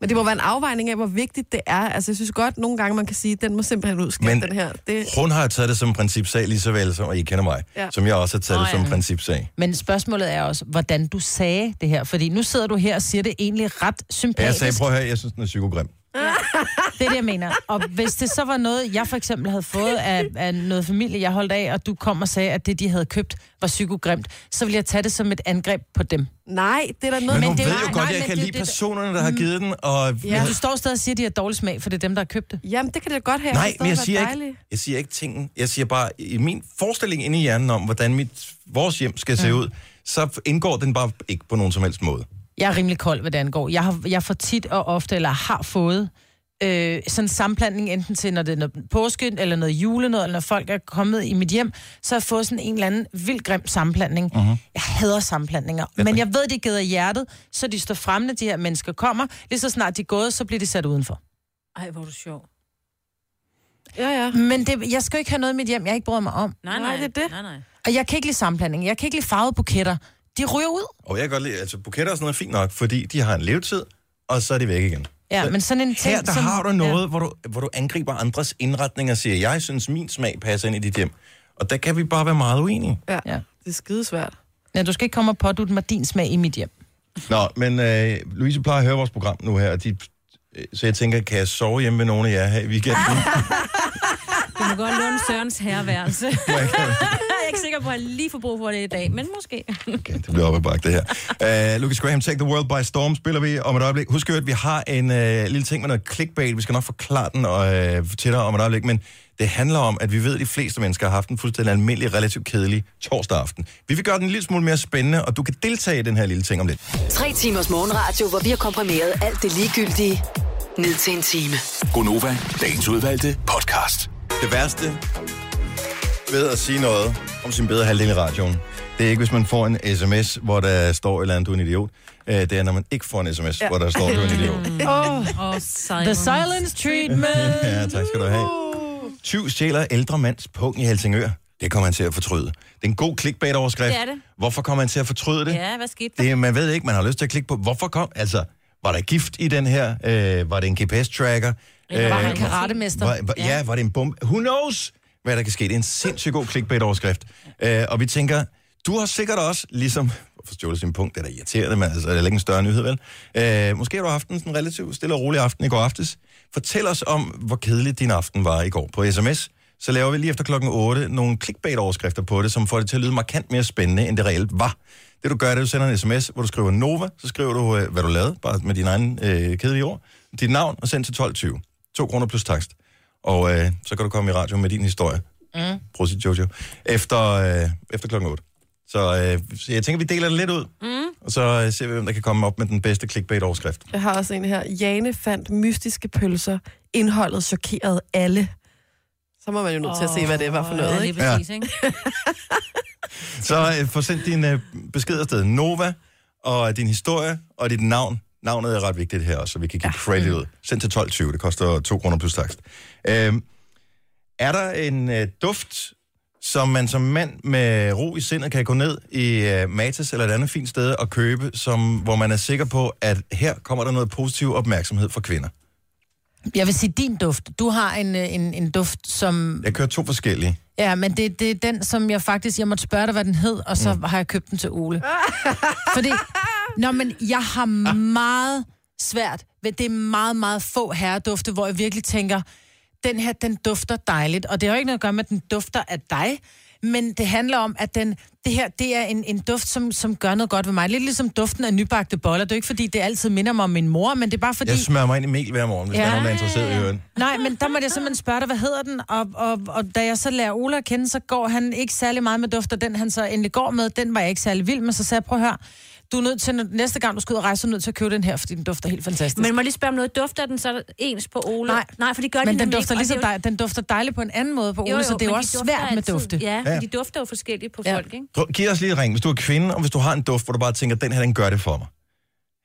Men det må være en afvejning af, hvor vigtigt det er. Altså, jeg synes godt, nogle gange man kan sige, den må simpelthen ud, Men- men, den her. Det, Hun har taget det som principsag, lige så vel som, og I kender mig, ja. Ja. som jeg også har taget oh, Nå, det som ja. principsag. Men spørgsmålet er også, hvordan du sagde det her. Fordi nu sidder du her og siger det egentlig ret Ja, Jeg sympatisk. sagde, prøv at høre, jeg synes, den er psykogrim. Det er det, jeg mener. Og hvis det så var noget, jeg for eksempel havde fået af, af noget familie, jeg holdt af, og du kom og sagde, at det, de havde købt, var psykogrimt, så ville jeg tage det som et angreb på dem. nej, det er der noget... Men, men hun det ved er jo jo- godt, nej, at jeg men kan det- lide det- Mm. personerne, der har givet den, og... Ja. Ja. Men du står stadig og siger, at de har dårlig smag, for det er dem, der har købt det. Jamen, det kan det godt have. Nej, forstået men jeg være siger, dejligt. ikke, jeg siger ikke tingen. Jeg siger bare, i min forestilling inde i hjernen om, hvordan mit, vores hjem skal se ud, så indgår den bare ikke på nogen som helst måde. Jeg er rimelig kold, hvad det angår. Jeg har, jeg får tit og ofte, eller har fået øh, sådan en sammenblanding, enten til når det er noget påske, eller noget julenød, eller når folk er kommet i mit hjem, så har jeg fået sådan en eller anden vild grim sammenblanding. Mhm. Jeg hader sammenblandninger. Men jeg ved, det gider hjertet, så de står frem, når de her mennesker kommer. Lige så snart de er gået, så bliver de sat udenfor. Ej, hvor er du sjov. Ja, ja. Men det, jeg skal jo ikke have noget i mit hjem, jeg ikke bryder mig om. Nej, nej. det er det. Nej, nej. Og jeg kan ikke lide sammenblanding. Jeg kan ikke lide farvede buketter. De ryger ud. Og jeg kan godt lide, altså buketter og sådan noget er fint nok, fordi de har en levetid, og så er de væk igen. Ja, men sådan en ting... Her, der som, har du noget, hvor, du, hvor du angriber andres indretning og siger, jeg synes, min smag passer ind i dit hjem. Og der kan vi bare være meget uenige. Ja. ja. Det er skidesvært. Ja, du skal ikke komme og pådutte mig din smag i mit hjem. Nå, men øh, Louise plejer at høre vores program nu her, og de, øh, så jeg tænker, kan jeg sove hjemme med nogen af jer her i weekenden? Du må godt låne Sørens herreværelse. jeg er ikke sikker på, at jeg lige får brug for det i dag, men måske. Det bliver op ad bakke, det her. Uh, Lucas Graham, Take the World by Storm spiller vi om et øjeblik. Husk jo, at vi har en uh, lille ting med noget clickbait. Vi skal nok forklare den og, uh, til dig om et øjeblik, men det handler om, at vi ved, at de fleste mennesker har haft en fuldstændig almindelig, relativt kedelig torsdag aften. Vi vil gøre den en lille smule mere spændende, og du kan deltage i den her lille ting om lidt. Tre timers morgenradio, hvor vi har komprimeret alt det ligegyldige ned til en time. Gonova, dagens udvalgte podcast. Det værste ved at sige noget om sin bedre halvdel i radioen, det er ikke, hvis man får en sms, hvor der står et eller andet, du er en idiot. Øh, Det er, når man ikke får en sms, ja. hvor der står, du er en idiot. Oh. oh, The silence treatment. ja, tak skal du have. Tyv stjæler ældre mands pung i Helsingør. Det kommer han til at fortryde. Det er en god clickbait-overskrift. Det er det. Hvorfor kommer han til at fortryde det? Ja, hvad skete der? det? Man ved ikke, man har lyst til at klikke på, hvorfor kom... Altså, var der gift i den her? Øh, var det en GPS-tracker? Eller var Øh, han karatemester? Var, var, ja. ja, var det en bombe? Who knows, hvad der kan ske? Det er en sindssygt god clickbait-overskrift. Øh, og vi tænker, du har sikkert også, ligesom... Hvorfor stjålet sin punkt? Det er da irriterende, men altså, det er heller ikke en større nyhed, vel? Øh, måske har du haft en sådan relativt stille og rolig aften i går aftes. Fortæl os om, hvor kedelig din aften var i går på sms. Så laver vi lige efter klokken 8 nogle clickbait-overskrifter på det, som får det til at lyde markant mere spændende, end det reelt var. Det du gør, det er, at du sender en sms, hvor du skriver Nova, så skriver du, øh, hvad du lavede, bare med dine egne øh, kedelige ord, dit navn, og send til 12.20. 2 kroner plus takst. Og øh, så kan du komme i radio med din historie. Mm. Prosit Jojo. Efter, øh, efter klokken 8. Så, øh, så jeg tænker, vi deler det lidt ud, Mm. og så øh, ser vi, hvem der kan komme op med den bedste clickbait-overskrift. Jeg har også en her. Jane fandt mystiske pølser. Indholdet chokerede alle. Så må man jo nødt til at se, hvad det var for noget, Ja, lige ikke? præcis, ikke? Så øh, få sendt din øh, besked afsted. Nova, og din historie, og dit navn. Navnet er ret vigtigt her også, så vi kan give credit ud. Send til 12.20, det koster 2 kroner plus takst. Øh, er der en øh, duft, som man som mand med ro i sindet kan gå ned i øh, Matas eller et andet fint sted og købe, som, hvor man er sikker på, at her kommer der noget positiv opmærksomhed fra kvinder? Jeg vil sige din duft. Du har en, øh, en, en duft, som... Jeg kører to forskellige. Ja, men det, det er den, som jeg faktisk... Jeg måtte spørge dig, hvad den hed, og så mm. har jeg købt den til Ole. Fordi... Nå, men jeg har meget svært ved... Det er meget, meget få herredufte, hvor jeg virkelig tænker, den her, den dufter dejligt. Og det har jo ikke noget at gøre med, at den dufter af dig, men det handler om, at den, det her, det er en, en duft, som, som gør noget godt ved mig. Lidt ligesom duften af nybagte boller. Det er jo ikke, fordi det altid minder mig om min mor, men det er bare fordi... Fordi... Jeg smører mig ind i mel hver morgen, hvis ja. Ja. der er nogen, der er interesseret i øren. Nej, men der måtte jeg simpelthen spørge dig, hvad hedder den? Og, og, og da jeg så lærer Ola at kende, så går han ikke særlig meget med duft, og den han så endelig går med, den var jeg ikke særlig vild med, så sagde jeg, prøv at høre, du er nødt til, når- næste gang du skal ud og rejse, så er du nødt til at købe den her, fordi den dufter helt fantastisk. Men må jeg lige spørge om noget. Dufter den så ens på Ole? Nej. Nej, for det gør de men den nemlig dufter, ikke, og ligesom det er jo- dej, den dufter dejligt på en anden måde på Ole, Jo, jo, så det er jo men de også dufter svært med altid. dufte. Ja, Ja. ja. de dufter jo forskelligt på ja. folk, ikke? Prøv, giv os lige et ring, hvis du er kvinde, og hvis du har en duft, hvor du bare tænker, den her, den gør det for mig.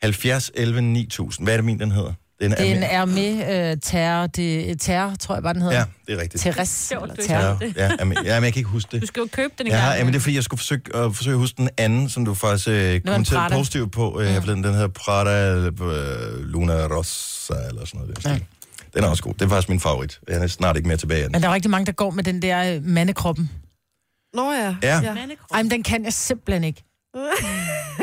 70, 11, 9000. Hvad er det min, den hedder? Den Det er en min. Hermé øh, terror, det, terror, tror jeg bare, den hedder. Ja, det er rigtigt. Therese. eller Ja, Terre. ja, men, ja, men jeg kan ikke huske det. Du skal jo købe den i Jeg har, gang. ja, men det er fordi, jeg skulle forsøge, øh, forsøge at huske den anden, som du faktisk øh, kommenterede Prada. positivt på. Øh, mm. Den hedder Prada øh, Luna Rossa, eller sådan noget. Der. Ja. Den er også god. Det er faktisk min favorit. Jeg er snart ikke mere tilbage af den. Men der er rigtig mange, der går med den der øh, mandekroppen. Nå ja. Ja. Ej, men den kan jeg simpelthen ikke.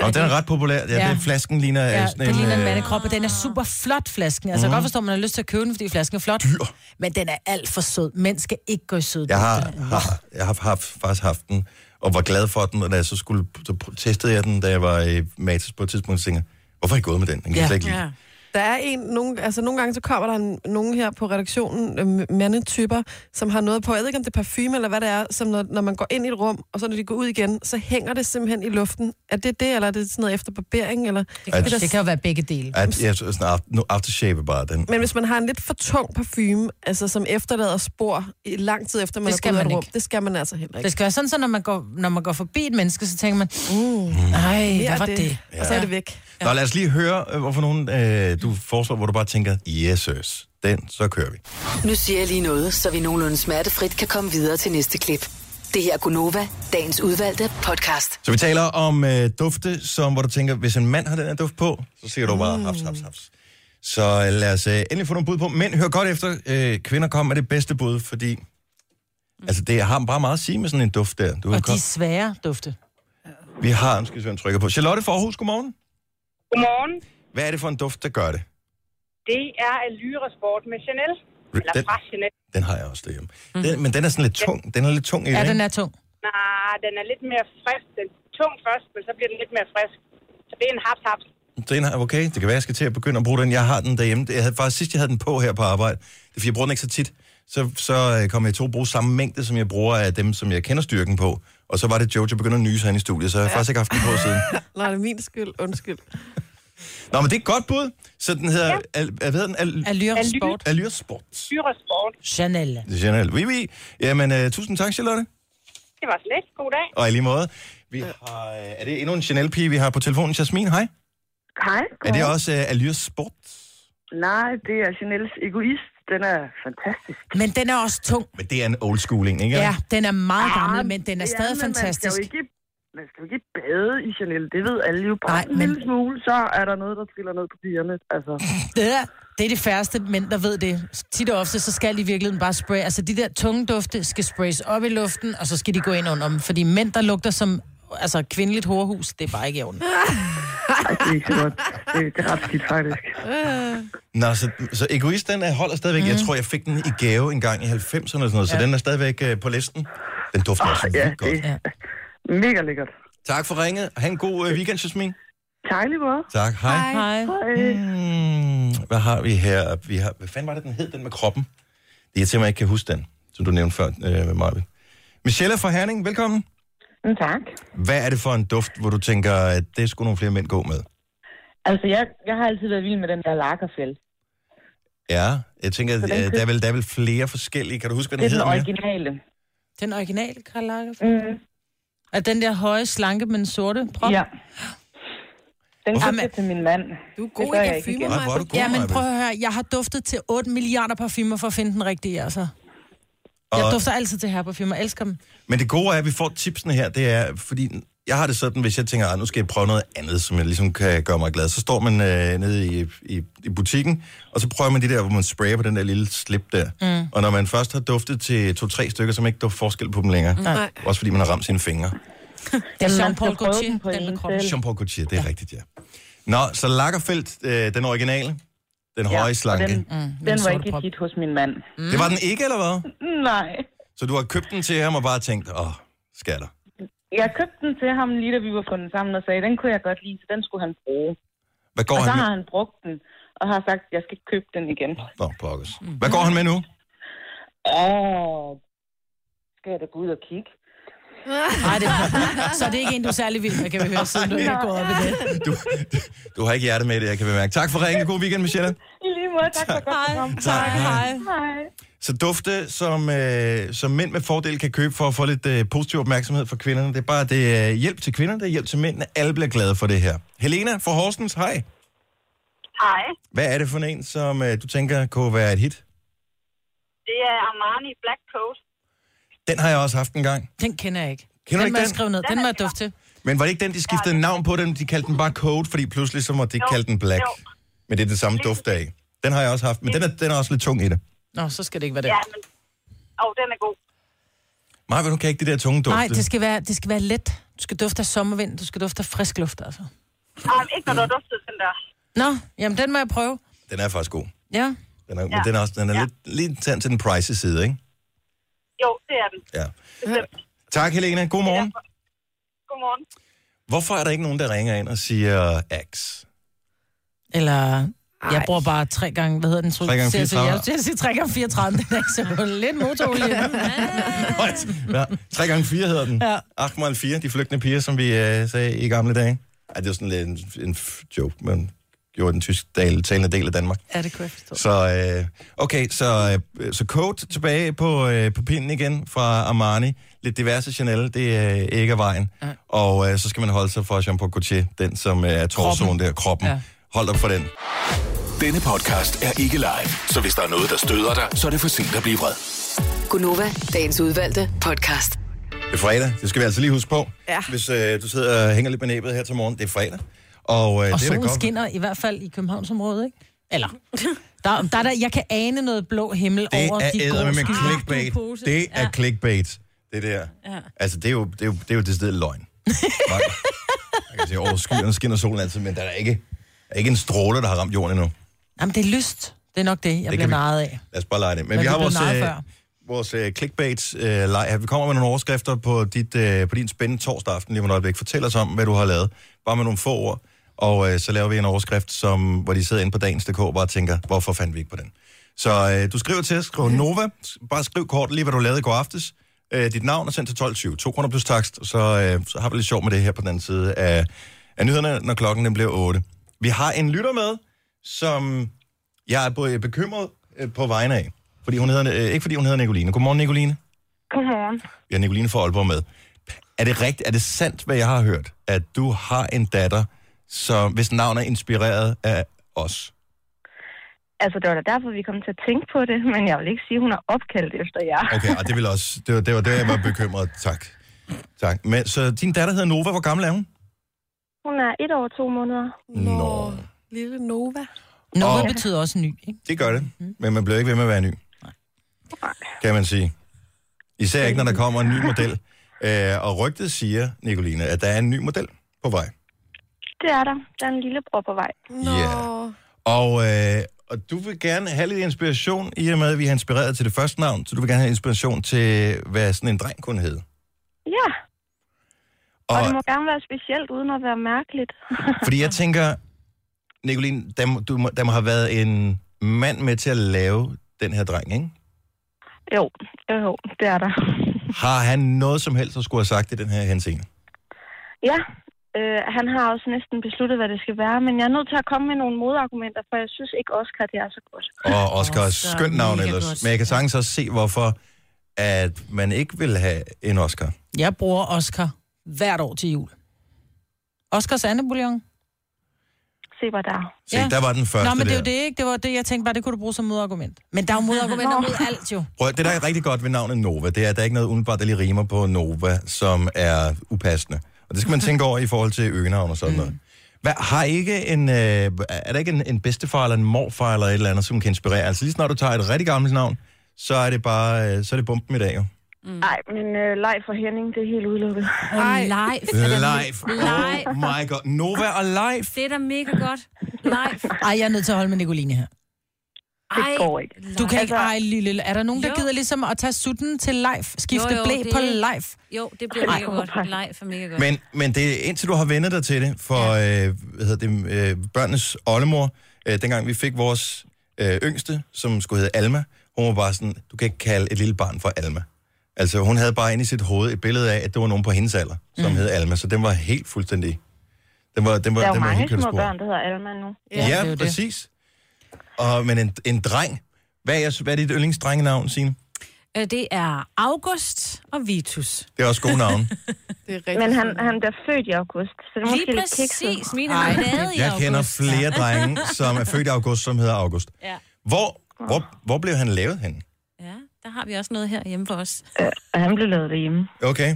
Og den er ret populær. Ja, Ja. ja. Den flasken ligner øh, Ja, sådan den ligner en øh, mandekrop, og den er super flot, flasken. Altså, mm. jeg kan godt forstå, at man har lyst til at købe den, fordi flasken er flot. Dyr. Men den er alt for sød. Mænd skal ikke gå i sød. Jeg har, har, jeg har haft, faktisk haft den, og var glad for den, og da jeg så, skulle, så pr- testede jeg den, da jeg var i Matas på et tidspunkt, og tænkte, jeg, hvorfor er jeg gået med den? Den kan ja. Ja. slet ikke lide. Ja. Der er en, nogle, altså nogle gange så kommer der en, nogen her på redaktionen, øhm, mandetyper, som har noget på, jeg ved ikke om det er parfume eller hvad det er, som når, når man går ind i et rum, og så når de går ud igen, så hænger det simpelthen i luften. Er det det, eller er det sådan noget efter barbering? Eller? kan At- være- det kan jo være begge dele. At, Altså- ja, så- sådan aft- nu aftershave bare den. Men hvis man har en lidt for tung parfume, altså som efterlader spor i lang tid efter, man Det er skal gået ud af man et rum, ikke. det skal man altså heller ikke. Det skal være sådan, så når man går, når man går forbi et menneske, så tænker man, uh, nej, Her hvad er var det." det? Og så er det væk. Ja. Nå, lad os lige høre, øh, hvorfor nogen øh, du foreslår, hvor du bare tænker, yes, yes, den, så kører vi. Nu siger jeg lige noget, så vi nogenlunde smertefrit kan komme videre til næste klip. Det her er Gunova, dagens udvalgte podcast. Så vi taler om øh, dufte, som, hvor du tænker, hvis en mand har den her duft på, så siger du bare haps, haps, haps. Så øh, lad os øh, endelig få nogle bud på. Mænd, hør godt efter. Øh, kvinder kommer med det bedste bud, fordi... Altså, det har bare meget at sige med sådan en duft der. Du Og de er svære dufte. Vi har, nu skal vi se, hvad den trykker på. Charlotte Forhus, godmorgen. Godmorgen. Hvad er det for en duft, der gør det? Det er Alyra Sport med Chanel. Eller Den- fra Chanel. Den har jeg også derhjemme. Mm. Den, men den er sådan lidt tung. Den er lidt tung i Ja, ikke? den Mhm. er tung. Nej, den er lidt mere frisk. Den er tung først, men så bliver den lidt mere frisk. Så det er en haps-haps. Den har, okay, det kan være, jeg skal til at begynde at bruge den. Jeg har den derhjemme. Jeg havde faktisk sidst, jeg havde den på her på arbejde. Det er, fordi jeg bruger den ikke så tit. Så, så øh, kom jeg til at bruge samme mængde, som jeg bruger af dem, som jeg kender styrken på. Og så var det Jojo begynder at nyse herinde i studiet, så jeg har faktisk ikke haft den på siden. Nej, det er min skyld. Undskyld. Nå, men det er et godt bud. Så den hedder, ja. al, hvad hedder den? Al, Allure Sport. Allure Sport. Alyra Sport. Chanel. Det er Chanel. Oui, oui. Jamen, øh, tusind tak, Charlotte. Det var slet. God dag. Og i lige måde, vi har, øh, er det endnu en Chanel-pige, vi har på telefonen? Jasmin, hej. Hej. Er det også øh, Allure Sport? Nej, det er Chanels egoist. Den er fantastisk. Men den er også tung. Men det er en old school en, ikke? Ja, ja den er meget gammel, men den Ja, er stadig Ah, men Man fantastisk. skal, jo ikke, man skal jo ikke bade i Chanel. Det ved alle jo. Bare Nej, Nej, en men- lille smule, så er der noget, der triller ned på pigerne. Altså. Det er, det er de færreste mænd, der ved det. Tit og ofte, så skal de i virkeligheden bare spraye. Altså, de der tunge dufte skal sprays op i luften, og så skal de gå ind under dem. Fordi mænd, der lugter som altså, kvindeligt hårhus, det er bare ikke i orden. Ej, det er ikke så godt. Det, det er ret skidt, faktisk. Nå, så, så egoist, den er- holder stadigvæk. Mm. Jeg tror, jeg fik den i gave en gang i 90'erne eller sådan noget, ja. så den er stadigvæk øh, på listen. Den dufter også ja, vildt godt. det er mega lækkert. Tak for ringet. Ha' en god øh, weekend, Jasmin. Tak lige måde. Tak. Hej. Hej. Hmm, hvad har vi her? Vi har, hvad fanden var det, den hed, den med kroppen? Det er til, at jeg ikke kan huske den, som du nævnte før, øh, Marvind. Michelle fra Herning, velkommen. Tak. Hvad er det for en duft, hvor du tænker, at det skulle nogle flere mænd gå med? Altså, jeg, jeg har altid været vild med den der Lagerfeld. Ja, jeg tænker, at Så den øh, køb- der, er vel, der er vel flere forskellige. Kan du huske, hvad Det den er den hedder? Maja? originale. Den originale Karl Lagerfeld. Mm. Er den der høje, slanke, men sorte prop? Ja. Den Hvorfor- købte jeg til min mand. Du er god i parfumer, Maja. Ej, hvor er du god, Ja, men Maja. prøv at høre, jeg har duftet til 8 milliarder parfumer for at finde den rigtige, altså. Jeg Og- dufter altid til her parfumer, jeg elsker dem. Men det gode er, at vi får tipsene her, det er, fordi jeg har det sådan, hvis jeg tænker, at nu skal jeg prøve noget andet, som jeg ligesom kan gøre mig glad. Så står man øh, nede i, i, i butikken, og så prøver man det der, hvor man sprayer på den der lille slip der. Mm. Og når man først har duftet til to-tre stykker, så man ikke dufter forskel på dem længere. Mm. Nej. Også fordi man har ramt sine fingre. Det er Jamen, man Jean-Paul skal prøve Gaultier, den på den med en kroppen. selv. Jean-Paul Gaultier, det er ja. rigtigt, ja. Nå, så Lagerfeldt, øh, den originale, den Ja, høje og slanke. Den, Mm. den var ikke prop. et hit hos min mand. Mm, Det var den ikke, eller hvad? Nej. Så du har købt den til ham og bare tænkt, åh, skatter. Jeg købte den til ham lige da vi var fundet sammen og sagde, den kunne jeg godt lide, så den skulle han bruge. Hvad går og så han med? har han brugt den og har sagt, jeg skal ikke købe den igen. Nå, pokkers. Hvad går han med nu? Åh, skal jeg da gå ud og kigge? Nej, det så det er ikke en, du er særlig vild med, kan vi høre, siden du ikke er gået op i det. Du har ikke hjerte med det, jeg kan bemærke. Tak for ringen. God weekend, Michelle. I lige måde, tak, for Tak. godt program. Tak. Hej. Hej. Så dufte, som, øh, som mænd med fordel kan købe for at få lidt øh, positiv opmærksomhed fra kvinderne. Det er bare det er hjælp til kvinderne, det er hjælp til mændene. Alle bliver glade for det her. Helena fra Horsens, hej. Hej. Hvad er det for en, som øh, du tænker kunne være et hit? Det er Armani Black Coat. Den har jeg også haft en gang. Den kender jeg ikke. Kender du den ikke må jeg den? skrive ned. Den må jeg dufte til. Men var det ikke den, de skiftede navn på den? De kaldte den bare Code, fordi pludselig så måtte de Jo, kalde den Black. jo. Men det er det samme duft af. Den har jeg også haft, men den er, den er også lidt tung i det. Nå, så skal det ikke være den. Ja, men... Åh, oh, den er god. Maja, du kan ikke det der tunge dufte. Nej, det skal, være, det skal være let. Du skal dufte af sommervind, du skal dufte af frisk luft, altså. Ej, men ikke når du har duftet den der. Nå, jamen den må jeg prøve. Den er faktisk god. Ja. Den er, ja. Ja. Men den er, også, den er ja. lidt, lidt tand til den pricey side, ikke? Jo, det er den. Ja. Tak, Helena. God morgen. Godmorgen. Hvorfor er der ikke nogen, der ringer ind og siger Axe? Eller Jeg bruger bare tre gange, hvad hedder den? Tre gange Jeg skulle 34. til at sige tre gange 34, den er ikke så god. lidt motorolie. Ja, 3 gange 4 hedder den. Ja. Ja. Ahmad 4, de flygtende piger, som vi øh, sagde i gamle dage. Ej, det var sådan lidt en, en f- joke, men gjorde den tysk tal- talende del af Danmark. Ja, det kunne jeg forstå. Så øh, okay, så, øh, så Coat tilbage på, øh, på pinden igen fra Armani. Lidt diverse Chanel, det er øh, ikke af vejen. Ja. Og øh, så skal man holde sig for Jean-Paul Gaultier, den som øh, er torsoen der, kroppen. Ja. Hold op for den. Denne podcast er ikke live, så hvis der er noget, der støder dig, så er det for sent at blive vred. Gunova, dagens udvalgte podcast. Det er fredag, det skal vi altså lige huske på. Ja. Hvis øh, du sidder og hænger lidt med næbet her til morgen, det er fredag. Og, øh, Og det er da solen godt. skinner i hvert fald i Københavnsområdet, ikke? Eller, der, der, er der, jeg kan ane noget blå himmel Det over er de grå æder med skyer. clickbait. Det er clickbait, det der. Ja. Altså, det er jo det, er jo, det, er jo det sted løgn. Nej. Jeg kan sige, over skyerne skinner solen altid, men der er ikke, der er ikke en stråle, der har ramt jorden endnu. Jamen, det er lyst. Det er nok det, jeg Det bliver kan vi- narret af. Lad os bare lege det. Men Når vi de har blev vores, narret øh, før. vores øh, clickbait-leg her. Vi kommer med nogle overskrifter på, dit, øh, på din spændende torsdag aften lige om et øjeblik. Fortæl os om, hvad du har lavet. Bare med nogle få ord. Og øh, så laver vi en overskrift, som, hvor de sidder inde på dagens.dk og bare tænker, hvorfor fandt vi ikke på den? Så øh, du skriver til os, skriv Nova. S- Bare skriv kort lige, hvad du lavede i går aftes. Øh, dit navn er sendt til 12.20. 2 kroner plus takst. Så, øh, så har vi lidt sjov med det her på den anden side af, af nyhederne, når klokken den bliver 8. Vi har en lytter med, som jeg er både bekymret øh, på vegne af. Fordi hun hedder, øh, ikke fordi hun hedder Nicoline. Godmorgen, Nicoline. Godmorgen. Vi har Nicoline fra Aalborg med. Er det rigtigt, er det sandt, hvad jeg har hørt, at du har en datter, som, hvis navn er inspireret af os? Altså, det var da derfor, vi kom til at tænke på det, men jeg vil ikke sige, at hun er opkaldt efter jer. Okay, og det, vil også, det, var, det var det, jeg var bekymret. Tak. Tak. Men, så din datter hedder Nova. Hvor gammel er hun? Hun er et år og to måneder. Nå. Lille Nova. Noget Og- betyder også ny, ikke? Det gør det. Men man bliver ikke ved med at være ny. Kan man sige. Især ikke, når der kommer en ny model. Øh, og rygtet siger, Nicoline, at der er en ny model på vej. Det er der. Der er en lille bror på vej. Nå. Ja. Og, øh, og du vil gerne have lidt inspiration, i og med, at vi har inspireret til det første navn, så du vil gerne have inspiration til, hvad sådan en dreng kunne hedde. Ja, og, Og, det må gerne være specielt, uden at være mærkeligt. fordi jeg tænker, Nicoline, der må, du må, der må have været en mand med til at lave den her dreng, ikke? jo, jo, jo, det er der. Har han noget som helst at skulle have sagt i den her henseende? Ja, øh, han har også næsten besluttet, hvad det skal være, men jeg er nødt til at komme med nogle modargumenter, for jeg synes ikke, Oscar, det er så godt. Og Oscar er Oscar, skønt navn mega ellers. godt. Men jeg kan sagtens også se, hvorfor at man ikke vil have en Oscar. Jeg bruger Oscar hvert år til jul. Oscars andebouillon. Se, hvor der Se, der var den første Nå, men det er der. jo det, ikke? Det var det, jeg tænkte bare, det kunne du bruge som modargument. Men der er jo modargumenter Nå. mod alt, jo. Prøv, at- det, der er rigtig godt ved navnet Nova, det er, at der er ikke noget udenbart, der lige rimer på Nova, som er upassende. Og det skal man tænke over i forhold til øgenavn og sådan noget. Hvad, har I ikke en, øh, er der ikke en, en bedstefar eller en morfar eller et eller andet, som kan inspirere? Altså lige snart du tager et rigtig gammelt navn, så er det bare, øh, så er det bomben i dag jo. Nej, mm. men øh, leg for Henning, det er helt udelukket. Ej, Leif. Life. Leif. Oh my god. Nova og Life. Det er da mega godt. Leif. Ej, jeg er nødt til at holde med Nicoline her. Ej, går ikke. Du kan ikke, ej lille, er der nogen, der gider ligesom at tage sutten til live? Skifte Jo, jo, blæ det- på live? Jo, det bliver mega godt. Leif er mega godt. Men, men det er indtil du har vendet dig til det, for ja. øh, hvad hedder det, øh, børnenes oldemor, øh, dengang vi fik vores øh, yngste, som skulle hedde Alma, hun var bare sådan, du kan ikke kalde et lille barn for Alma. Altså hun havde bare inde i sit hoved et billede af, at det var nogen på hendes alder, som mm. hed Alma, så den var helt fuldstændig. Den var, den var, Der er den jo var mange helt små kønsspor. børn, der hedder Alma nu. Ja, det er ja jo det. præcis. Og, men en, en dreng, hvad er, jeres- hvad er dit yndlingsdrengenavn, Signe? Øh, Det er August og Vitus. Det er også gode navne. Det er Men han, han bliver født i august, så det er måske Lige lidt kikset. præcis. Mine er lavet i Jeg august. kender flere drenge, som er født i august, som hedder August. Ja, Hvor, hvor, hvor blev han lavet hen? der har vi også noget her hjemme for os. Øh, Han blev lavet derhjemme. Okay.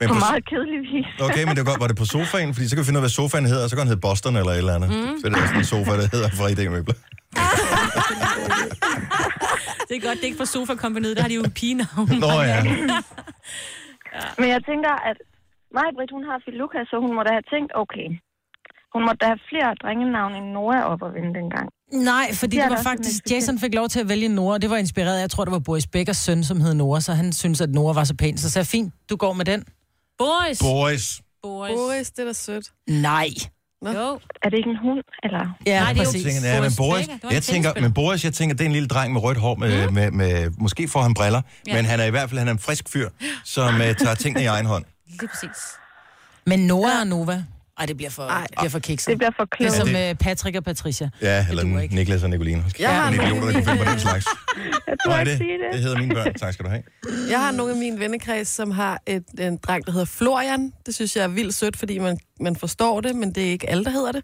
Men på på- meget kedelig vis. Okay, men det var godt. Var det på sofaen? Fordi så kan vi finde ud af, hvad sofaen hedder, og så kan han hedde Boston eller et eller andet. Mm. Mm. Så er det er sådan en sofa, der hedder Friday Møbler. Det er godt, det er ikke fra sofa kompaniet der har de jo pigenavn. Nå ja. Men jeg tænker, at Maj-Brit, hun har fyldt Lukas, så hun må da have tænkt, okay, hun måtte da have flere drengenavne end Nora op at vinde dengang. Nej, fordi Ja, det der var er faktisk, sådan en- Jason fik lov til at vælge Nora, det var inspireret, af- jeg tror, det var Boris Beckers søn, som hed Nora, så han synes at Nora var så pæn, så sagde jeg, fint, du går med den. Boris. Boris. Boris. Boris, det er da sødt. Nej. Jo. Er det ikke en hund, eller? Ja, Nej, Jeg tænker, ja, men Boris, jeg tænker, men Boris, jeg tænker, det er en lille dreng med rødt hår, med, mm. med, med, måske får han briller, Ja. ja. men han er i hvert fald han er en frisk fyr, som uh, tager tingene i egen hånd. Lige præcis. Men Nora og Nova? Ej, det bliver for, Ej, det bliver for kikset. Det bliver for klogt. Ligesom Ja, øh, Patrick og Patricia. Ja, eller Niklas og Nicoline. Hold kæft, Jeg har nogle en- idioter, der kan finde på den slags. Jeg Nej, det, det hedder mine børn. Tak skal du have. Jeg har nogle af min vennekreds, som har et, en dreng, der hedder Florian. Det synes jeg er vildt sødt, fordi man, man forstår det, men det er ikke alle, der hedder det.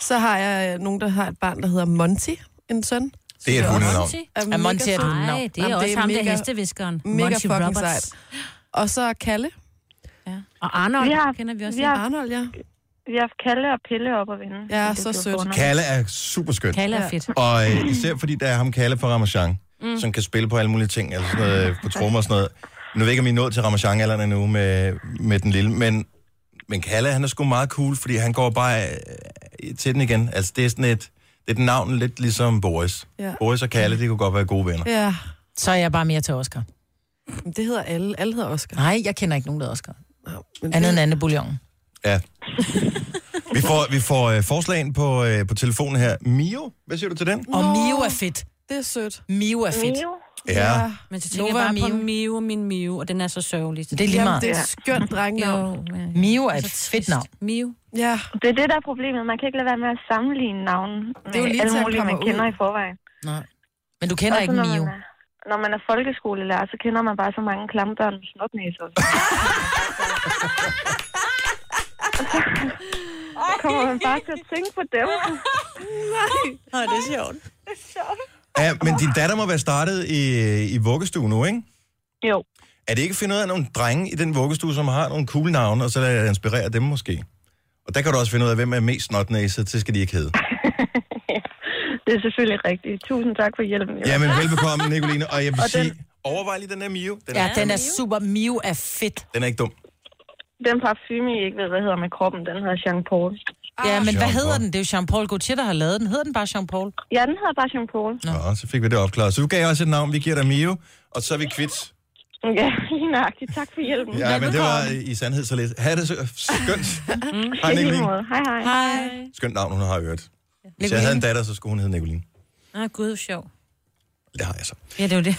Så har jeg øh, nogen, der har et barn, der hedder Monty, en søn. Det er et hundenavn. Er Monty et hundenavn? Nej, det er også ham, der er hesteviskeren. Mega Monty fucking Roberts. sejt. Og så Kalle. Og Arnold Vi har- kender vi også. vi har- Arnold, ja. Vi har haft Kalle og Pille op at vinde. Ja, Det så blev sødt. forunderligt. Kalle er super skøn. Kalle er fedt. Og øh, især fordi der er ham Kalle fra Ramachan, Mm. mm. som kan spille på alle mulige ting, altså sådan noget, øh, på trommer og sådan noget. Nu ved jeg ikke, om I er nået til Ramachan-alderen endnu med, med den lille, men, men Kalle, han er sgu meget cool, fordi han går bare øh, til den igen. Altså det er sådan et, det er et navn lidt ligesom Boris. Ja. Ja. Boris og Kalle, de kunne godt være gode venner. Ja. Så er jeg bare mere til Oscar. Men det hedder alle. Alle hedder Oscar. Nej, jeg kender ikke nogen, der hedder Oscar. men Andet det- end Anne Bouillon. Ja. Vi får, vi får øh, forslag ind på, øh, på telefonen her. Mio, hvad siger du til den? Og Mio er fedt. Det er sødt. Mio er fedt. Mio? Ja. Men så tænker Nova jeg og bare Mio. på Mio. Mio og min Mio, og den er så sørgelig. Det er lige Jamen, meget. det Altså, er et skønt drengnavn. Mio er et fedt navn. Mio. Ja. Det er det, der er problemet. Man kan ikke lade være med at sammenligne navnen med er jo lige alle til, han mulige, man kommer kender ud. i forvejen. Nej. Men du kender ikke når Mio. Man er, når man er folkeskolelærer, så kender man bare så mange klamme børn med snotnæser. så kommer man bare til at tænke på dem. Nej. Nej, det er sjovt. Ja, men din datter må være startet i, i vuggestue nu, ikke? Jo. Er det ikke fundet ud af nogle drenge i den vuggestue, som har nogle cool navne, og så lader jeg inspirere dem måske? Og der kan du også finde ud af, hvem er mest snotnæset, det skal de ikke hedde. Det er selvfølgelig rigtigt. Tusind tak for hjælpen. Ja, men velbekomme, Nicoline. Og jeg vil Og den- sige, overvej lige den der Mio. Den Ja, er, den er super. Mio er fedt. Den er ikke dum. Den parfume, I ikke ved, hvad hedder med kroppen, den hedder Jean Paul. Ja, men hvad Jean-Paul. hedder den? Det er jo Jean-Paul Gaultier, der har lavet den. Hedder den bare Jean-Paul? Ja, den hedder bare Jean-Paul. Ja, så fik vi det opklaret. Så du gav også et navn, vi giver dig Mio, og så er vi kvitt. Mm. Ja, lige nøjagtigt. Tak for hjælpen. Ja, men det var øh, i sandhed så lidt. Ha' det så skønt. Hej, I lige Nicoline. måde. Hej, hej. Hej. Skønt navn, hun har hørt. Hvis jeg havde en datter, så skulle hun hedde Nicoline. Ah, gud, sjov. Det har jeg så. Ja, det var det.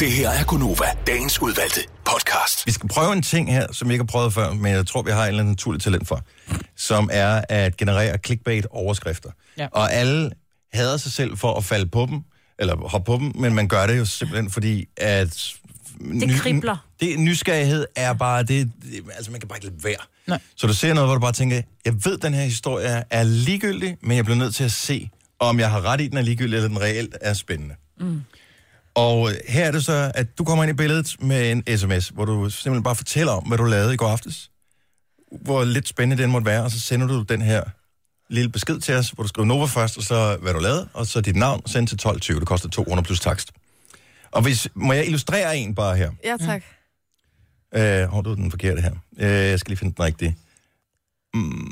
Det her er Gunova, dagens udvalgte podcast. Vi skal prøve en ting her, som jeg ikke har prøvet før, men jeg tror, vi har en eller anden naturlig talent for, som er at generere clickbait-overskrifter. Ja. Og alle hader sig selv for at falde på dem, eller hoppe på dem, men man gør det jo simpelthen, fordi at... ny- kribler. Det, nysgerrighed er bare, det, det, altså man kan bare ikke lade være. Nej. Så du ser noget, hvor du bare tænker, jeg ved, den her historie er ligegyldig, men jeg bliver nødt til at se, om jeg har ret i, den er ligegyldig, eller den reelt er spændende. Mm. Og øh, her er det så, at du kommer ind i billedet med en sms, hvor du simpelthen bare fortæller om, hvad du lavede i går aftes. Hvor lidt spændende den måtte være, og så sender du den her lille besked til os, hvor du skriver Nova først, og så hvad du lavede, og så dit navn, send til 12.20. Det koster 200 plus takst. Og hvis, må jeg illustrere en bare her? Ja, tak. Øh, hov, det var den forkerte her. Øh, jeg skal lige finde den rigtige. Mm,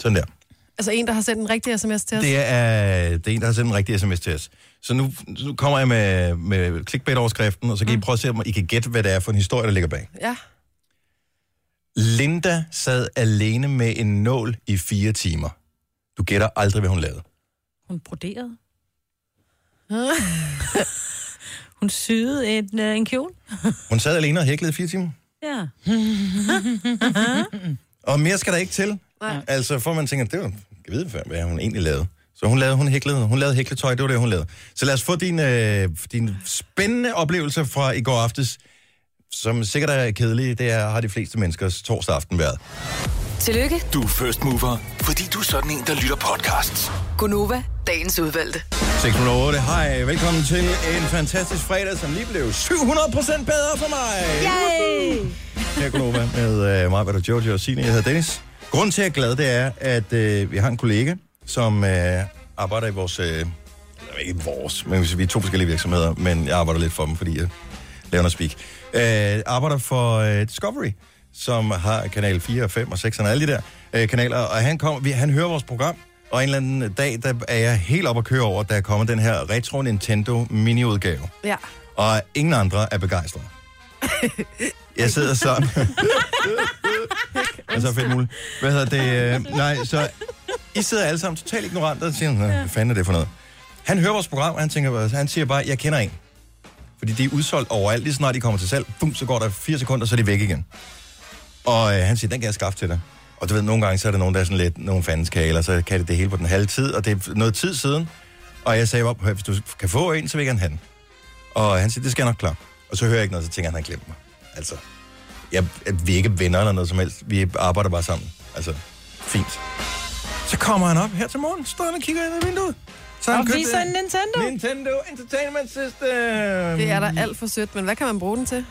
sådan der. Altså en, der har sendt en rigtig sms til os. Det er, øh, det er en, der har sendt en rigtig sms til os. Så nu, nu kommer jeg med, med clickbait-overskriften, og så kan mm. I prøve at se, om I kan gætte, hvad det er for en historie, der ligger bag. Ja. Linda sad alene med en nål i fire timer. Du gætter aldrig, hvad hun lavede. Hun broderede. Hun syede en, øh, en kjole. Hun sad alene og hæklede i fire timer. Ja. Og mere skal der ikke til. Nej. Altså, for man tænker, det var, jeg ved før, hvad hun egentlig lavede. Så hun lavede, hun hæklede, hun lavede hækletøj, det var det, hun lavede. Så lad os få din, øh, din spændende oplevelse fra i går aftes, som sikkert er kedelig, det er, har de fleste menneskers torsdag aften været. Tillykke, Du er first mover, fordi du er sådan en, der lytter podcasts. Gunova, dagens udvalgte. 608, hej, velkommen til en fantastisk fredag, som lige blev 700% bedre for mig. Yay! Her Gunova med øh, mig, hvad Jojo og Signe. Jeg hedder Dennis. Grunden til, at jeg er glad, det er, at øh, vi har en kollega, som øh, arbejder i vores... Øh, eller ikke vores, men vi er to forskellige virksomheder, men jeg arbejder lidt for dem, fordi jeg laver noget speak. Øh, arbejder for øh, Discovery, som har kanal 4, og 5 og 6 og alle de der øh, kanaler. Og han, kom, vi, han hører vores program, og en eller anden dag, der er jeg helt op at køre over, at der er kommet den her Retro Nintendo mini-udgave. Ja. Og ingen andre er begejstrede. Jeg sidder Altså, sådan. Og så fedt muligt. Hvad hedder det? Øh, nej, så I sidder alle sammen totalt ignorante og siger, "Nå, hvad fanden er det for noget? Han hører vores program, og han, tænker, bare- han siger bare, jeg kender en. Fordi de er udsolgt overalt. Lige så snart de kommer til salg, bum, så går der fire sekunder, så er de væk igen. Og øh, han siger, den kan jeg skaffe til dig. Og du ved, nogle gange så er der nogen, der er sådan lidt, nogen fanden skal, eller så kan det det hele på den halve tid, og det er noget tid siden. Og jeg sagde op, hvis du kan få en, så vil jeg gerne have den. Og han siger, det skal jeg nok klare. Og så hører jeg ikke noget, så tænker han, han har glemt mig. Altså, jeg, vi er ikke venner eller noget som helst. Vi arbejder bare sammen. Altså, fint. Så kommer han op her til morgen, står han og kigger ind ad vinduet. Så han Og købte- viser en Nintendo. Nintendo Entertainment System. Det er da alt for sødt, men hvad kan man bruge Øh, den til?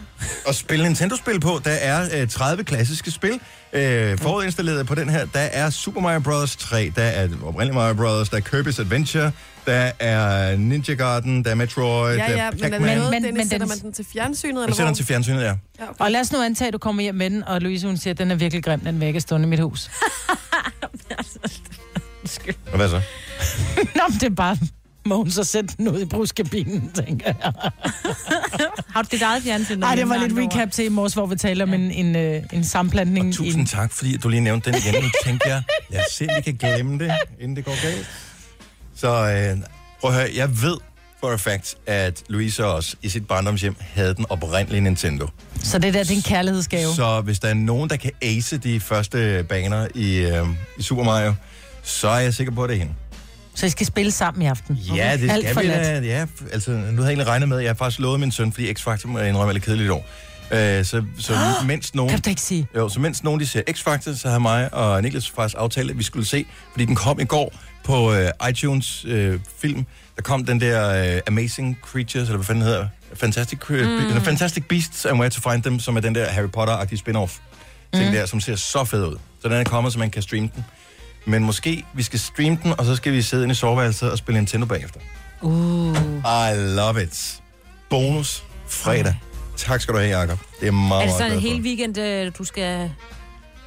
at spille Nintendo-spil på. Der er øh, 30 klassiske spil øh, forudinstalleret på den her. Der er Super Mario Bros. 3, der er oprindeligt Mario Bros., der er Kirby's Adventure, der er Ninja Garden, der er Metroid, Ja, der ja, er men er Pac-Man. det noget, Men- Dennis, men sætter den- man den til fjernsynet, Jeg eller sætter hvor? den til fjernsynet, ja. Og lad os nu antage, at du kommer hjem med den, og Louise hun siger, at den er virkelig grim, den vil jeg ikke have stående i mit hus. Og hvad så? Nå, men det er bare, må hun så sætte den ud i bruskabinen, tænker jeg. Har du dit eget fjernsyn? Nej, det var derhjemme, lidt andre ord? recap til i morges, hvor vi talte om en, en, øh, en Mm. sammenplantning. i Tusind tak, fordi du lige nævnte den igen. Nu tænkte jeg, lad os se, om vi kan glemme det, inden det går galt. Så øh, prøv at høre, jeg ved for a fact, at Louise også i sit barndomshjem havde den oprindelige Nintendo. Så det der, det er en kærlighedsgave. Så... Så hvis der er nogen, der kan ace de første baner i, øh, i Super Mario, så er jeg sikker på, at det er hende. så I skal spille sammen i aften. Ja, det skal Alt for vi nat. da. Ja, f- altså, nu havde jeg egentlig regnet med, at jeg har faktisk lovet min søn, fordi X-Factor må jeg indrømme er lidt kedeligt i år. Øh, så, så mens nogen... Kan du da ikke sige? Jo, så mens nogen de ser X-Factor, så har mig og Niklas faktisk aftalt, at vi skulle se, fordi den kom i går på øh, iTunes øh, film. Der kom den der øh, Amazing Creatures, eller hvad fanden den hedder? Fantastic, Cre- Mm. mm. Fantastic Beasts and Where to Find Them, som er den der Harry Potter-agtige spin-off. Ting Mm. der, som ser så fed ud. Så den er kommet, så man kan streame den. Men måske vi skal streame den, og så skal vi sidde inde i soveværelset og spille Nintendo bagefter. Uh. I love it. Bonus fredag. Tak skal du have, Jacob. Det er meget, Er det meget Altså, sådan glad en for. hel weekend, øh, du skal...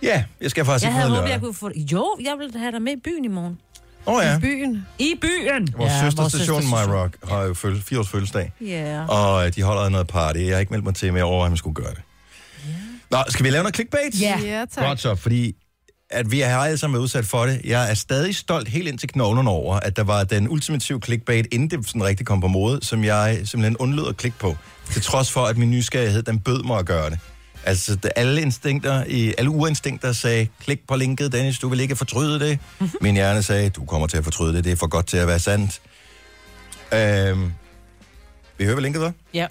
Ja, jeg skal faktisk Jeg ikke noget havde håbet, lørdag. jeg kunne få... Jo, jeg ville have dig med i byen i morgen. Åh oh, ja. byen? I byen! Vores ja, søsterstation, My Rock, har jo fødsel, 4 års fødselsdag. Ja. Og øh, de holder noget party. Jeg har ikke meldt mig til, men jeg overvejer, at man skulle gøre det. Nå, skal vi lave noget clickbait? Ja. Ja, tak. Godt så, fordi at vi har alle sammen været udsat for det. Jeg er stadig stolt helt ind til knoglerne over, at der var den ultimative clickbait, inden det sådan rigtig kom på mode, som jeg simpelthen undlod at klikke på. Til trods for, at min nysgerrighed, den bød mig at gøre det. Altså, det- alle instinkter, i, alle urinstinkter sagde, klik på linket, Dennis, du vil ikke fortryde det. Min hjerne sagde, du kommer til at fortryde det, det er for godt til at være sandt. Øhm, vi hører, hvad linket var? Ja.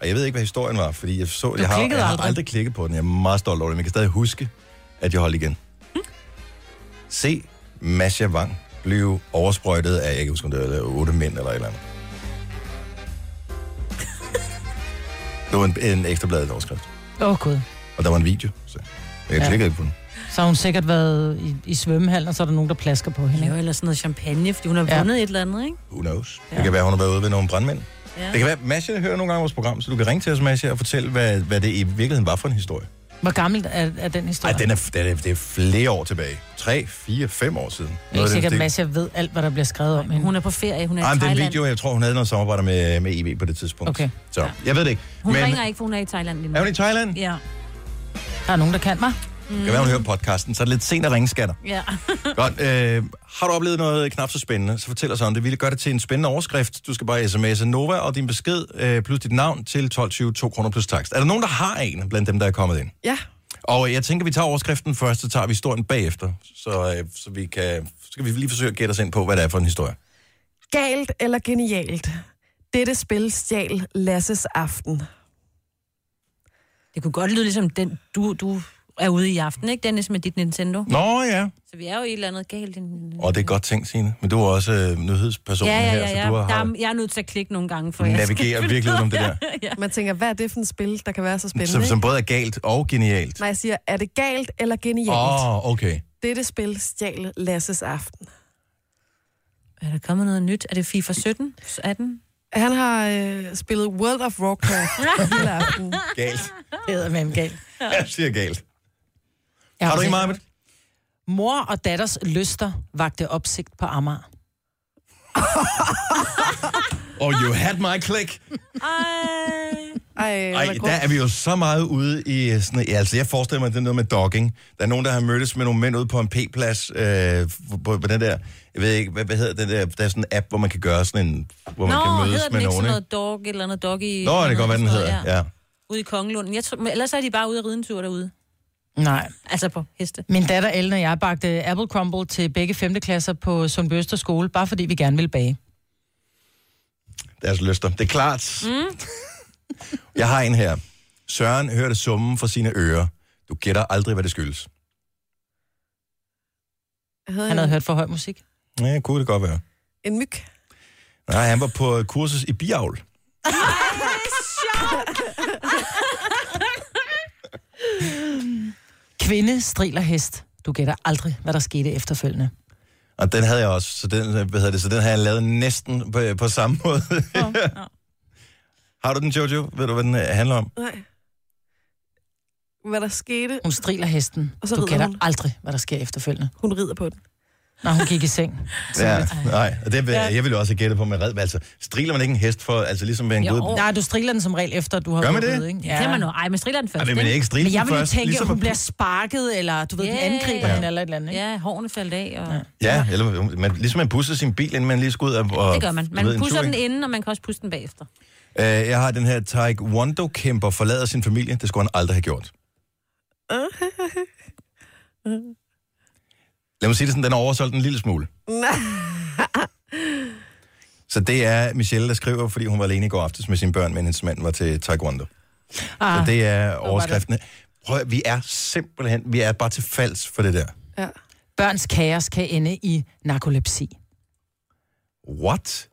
Og jeg ved ikke, hvad historien var, fordi jeg, så, jeg, har, klikkede jeg har aldrig. aldrig klikket på den. Jeg er meget stolt over det, men jeg kan stadig huske, at jeg holdt igen. Mm. Se Masha Wang blive oversprøjtet af, jeg kan ikke huske, om det var otte mænd eller et eller andet. Det var en, en ekstrabladet overskrift, Åh, oh, gud. og der var en video, så jeg Ja. klikkede ikke på den. Så har hun sikkert været i, i svømmehallen, og så er der nogen, der plasker på hende. Jo, eller sådan noget champagne, fordi hun har vundet et eller andet, ikke? Who knows? Ja. Det kan være, hun har været ude ved nogle brandmænd. Ja. Det kan være, Masha hører nogle gange vores program, så du kan ringe til os, Masha, og fortælle, hvad, hvad det i virkeligheden var for en historie. Hvor gammel er, er den historie? Nej, den er, den er, det er flere år tilbage. 3, 4, 5 år siden. Jeg er Noget af ikke sikkert, den at stil. Masha ved alt, hvad der bliver skrevet om hende. Hun er på ferie, hun er Mm. Ej, i men den Thailand. video, jeg tror, hun havde noget samarbejde med, med EV på det tidspunkt. Okay. Så, jeg ved det ikke. Hun men... ringer ikke, for hun er i Thailand lige nu. Er hun i Thailand? Ja. Der er nogen, der kan mig. Kan være, hun hører podcasten, så er det lidt sent at ringe, skatter. Ja. Godt. Øh, har du oplevet noget knap så spændende, så fortæl os om det. Vi vil gøre det til en spændende overskrift. Du skal bare sms'e Nova og din besked øh, plus dit navn til 12.20, 2 kroner plus takst. Er der nogen, der har en blandt dem, der er kommet ind? Ja. Og øh, jeg tænker, vi tager overskriften først, så tager vi historien bagefter. Så, øh, så, vi kan, så skal vi lige forsøge at gætte os ind på, hvad det er for en historie. Galt eller genialt? Dette spil stjal Lasses aften. Det kunne godt lyde ligesom den, du, du er ude i aften, ikke Dennis, med dit Nintendo? Nå ja. Så vi er jo i et eller andet galt. Den... Og det er godt tænkt, Signe. Men du er også øh, nyhedsperson ja, ja, ja, her, ja. så du har... Der er, jeg er nødt til at klikke nogle gange, for Navigerer virkelig udenom det der. ja. Man tænker, hvad er det for et spil, der kan være så spændende? Som, som ikke? både er galt og genialt. Nej, jeg siger, er det galt eller genialt? Åh, oh, okay. Dette spil stjal Lasses aften. Er der kommet noget nyt? Er det FIFA 17? 18? Han har øh, spillet World of Warcraft hele aftenen. Galt. Det hedder med galt. Jeg siger galt. Jeg Har du ikke set- meget med Mor og datters lyster vagte opsigt på Amager. Oh, you had my click. Ej. Ej, øh, Ej, der er vi jo så meget ude i sådan... Ja, altså, jeg forestiller mig, at det er noget med dogging. Der er nogen, der har mødtes med nogle mænd ude på en p-plads, øh, på, på, den der... Jeg ved ikke, hvad, hvad hedder den der... Der er sådan en app, hvor man kan gøre sådan en... Hvor man Nå, kan mødes hedder den med ikke nogen, sådan ikke? noget dog, et eller andet dog i... Nå, det kan godt være, den sådan noget, hedder, ja. Ude i Kongelunden. Jeg tror, men ellers er de bare ude at ride en tur derude. Nej. Altså på heste. Min datter Ellen og jeg bagte apple crumble til begge 5. klasser på Sundby Øster skole, bare fordi vi gerne ville bage. Deres lyster. Det er klart. Mm. Jeg har en her. Søren hørte summen fra sine ører. Du gætter aldrig, hvad det skyldes. Han havde hørt for høj musik. Ja, kunne det godt være. En myg. Nej, han var på øh, kursus i biavl. Kvinde striler hest. Du gætter aldrig, hvad der skete efterfølgende. Og den havde jeg også, så den, hvad hedder det, så den har jeg lavet næsten på, på samme måde. har du den, Jojo? Ved du, hvad den øh, handler om? Nej. Hvad der skete? Hun striler hesten. Og så du rider gætter hun. aldrig, hvad der sker efterfølgende. Hun rider på den. Når hun gik i seng. Ja, nej, og det, vil- jeg ville jo også have gættet på med red. men Altså, striler man ikke en hest for, altså ligesom med en god... Nej, du striler den som regel efter, du har Gør man gået det? Ikke? Det kan man nu. Ej, men striler den først, men ikke? ikke strile men jeg den vil jo først, tænke, ligesom at hun at- bliver sparket, eller du ved, yeah. den angriber Ja. hende eller et eller andet. Ikke? Ja, hårene faldt af. Og... Ja. Ja, eller man, ligesom man pusser sin bil, inden man lige skal ud og... og Det gør man. du Man ved, en pusser tur, den ikke? inden, og man kan også pusse den bagefter. Øh, jeg har den her taekwondo-kæmper forlader sin familie. Det skulle han aldrig have gjort. Lad mig sige det sådan, den er oversolgt en lille smule. Nej. Så det er Michelle, der skriver, fordi hun var alene i går aftes med sine børn, men hendes mand var til taekwondo. Ah, Ah, så det er overskriften. Prøv at, vi er simpelthen, vi er bare til falds for det der. Ja. Børns kaos kan ende i narkolepsi. What?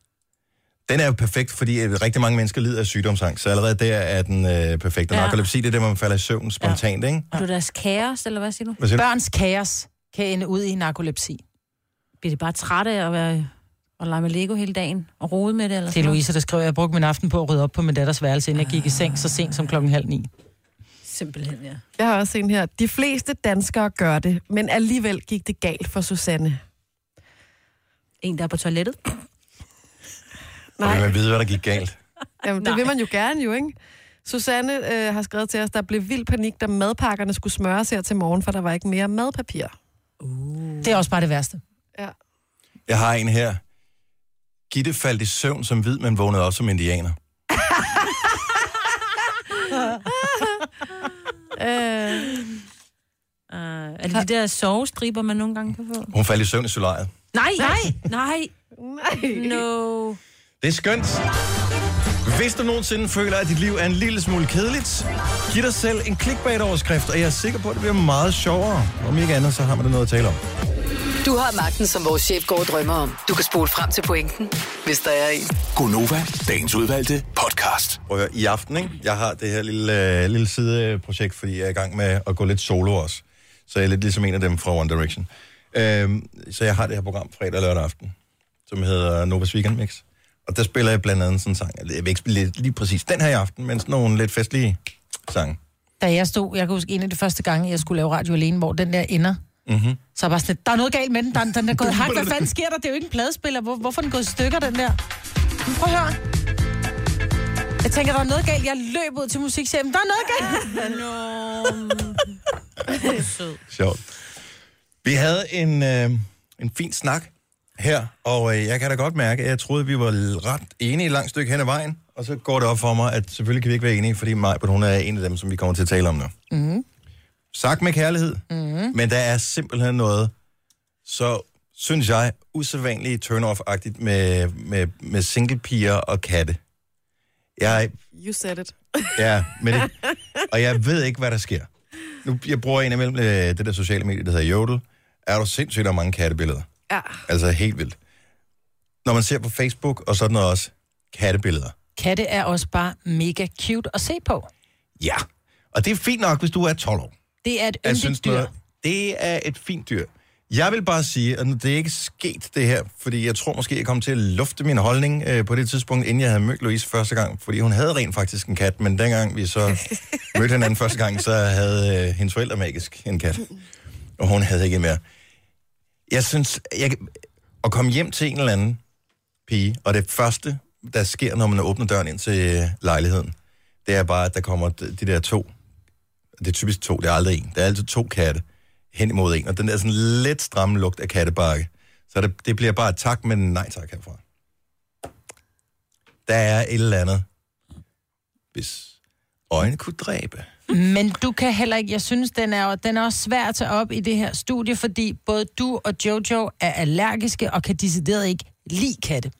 Den er jo perfekt, fordi øh, rigtig mange mennesker lider af sygdomsangst, så allerede der er den øh, perfekte. Ja. Ja. Narkolepsi, det er det, hvor man falder i søvn spontant, ikke? Og du er deres kaos, eller hvad siger du? Hvad siger du? Børns kaos kan ende ud i narkolepsi. Bliver de bare trætte af at være og lege med Lego hele dagen og rode med det? Eller Det er Louise, der skriver, at jeg brugte min aften på at rydde op på min datters værelse, inden jeg gik i seng så sent som klokken halv ni. Simpelthen, ja. Jeg har også en her. De fleste danskere gør det, men alligevel gik det galt for Susanne. En, der er på toilettet? Nej. Vil man vide, hvad der gik galt? Jamen, det vil man jo gerne jo, ikke? Susanne øh, har skrevet til os, der blev vild panik, da madpakkerne skulle smøres her til morgen, for der var ikke mere madpapir. Det er også bare det værste. Jeg har en her. Gitte faldt i søvn som hvid, men vågnede også som indianer. øh, øh, er det de der sovestriber, man nogle gange kan få? Hun faldt i søvn i solariet. Nej, nej, nej. nej. No. Det er skønt. Hvis du nogensinde føler, at dit liv er en lille smule kedeligt, giv dig selv en clickbait-overskrift, og jeg er sikker på, at det bliver meget sjovere. Om ikke andet, så har man da noget at tale om. Du har magten, som vores chef går og drømmer om. Du kan spole frem til pointen, hvis der er en. Gonova, dagens udvalgte podcast. Prøv at høre, i aften, ikke? jeg har det her lille, øh, lille sideprojekt, fordi jeg er i gang med at gå lidt solo også. Så jeg er lidt ligesom en af dem fra One Direction. Øhm, så jeg har det her program fredag og lørdag aften, som hedder Novas Weekend Mix. Og der spiller jeg blandt andet sådan en sang. Jeg vil ikke spille lige præcis den her i aften, men sådan nogle lidt festlige sange. Da jeg stod, jeg kan huske en af de første gange, jeg skulle lave radio alene, hvor den der ender, Mm-hmm. så er jeg bare sådan, lidt, der er noget galt med den, der, den den er gået hak. Hvad fanden sker der? Det er jo ikke en pladespiller. Hvor, hvorfor er den gået i stykker, den der? Men Prøv at høre. Jeg tænker, der er noget galt. Jeg løb ud til musikchefen. Der er noget galt. Sjovt. Vi havde en, øh, en fin snak her, og øh, jeg kan da godt mærke, at jeg troede, at vi var l- ret enige et langt stykke hen ad vejen, og så går det op for mig, at selvfølgelig kan vi ikke være enige, fordi mig, hun er en af dem, som vi kommer til at tale om nu. Mm. Sagt med kærlighed, Mm. men der er simpelthen noget, så synes jeg, usædvanligt turn-off-agtigt med, med, med singlepiger og katte. Jeg, You said it. Ja, men det, og jeg ved ikke, hvad der sker. Nu, jeg bruger en imellem øh, det der sociale medie, der hedder Jodel. Er du sindssygt, der er mange kattebilleder? Ja. Altså helt vildt. Når man ser på Facebook og sådan noget også, kattebilleder. Katte er også bare mega cute at se på. Ja. Og det er fint nok, hvis du er 12 år. Det er et Jeg yndigt noget- dyr. det er et fint dyr. Jeg vil bare sige, at det er ikke sket det her, fordi jeg tror måske, jeg kom til at lufte min holdning øh, på det tidspunkt, inden jeg havde mødt Louise første gang, fordi hun havde rent faktisk en kat, men dengang vi så mødte hinanden første gang, så havde øh, hendes forældre magisk en kat, og hun havde ikke mere. Jeg synes, jeg, at komme hjem til en eller anden pige, og det første, der sker, når man åbner døren ind til øh, lejligheden, det er bare, at der kommer de de der to, det er typisk to, det er aldrig en, der er altid to katte hen imod en, og den der sådan lidt stramme lugt af kattebakke, så det, det bliver bare tak, men nej tak herfra. Der er et eller andet, hvis øjne kunne dræbe. Men du kan heller ikke, jeg synes, den er, jo- den er også svær at tage op i det her studie, fordi både du og Jojo er allergiske og kan decideret ikke lide katte.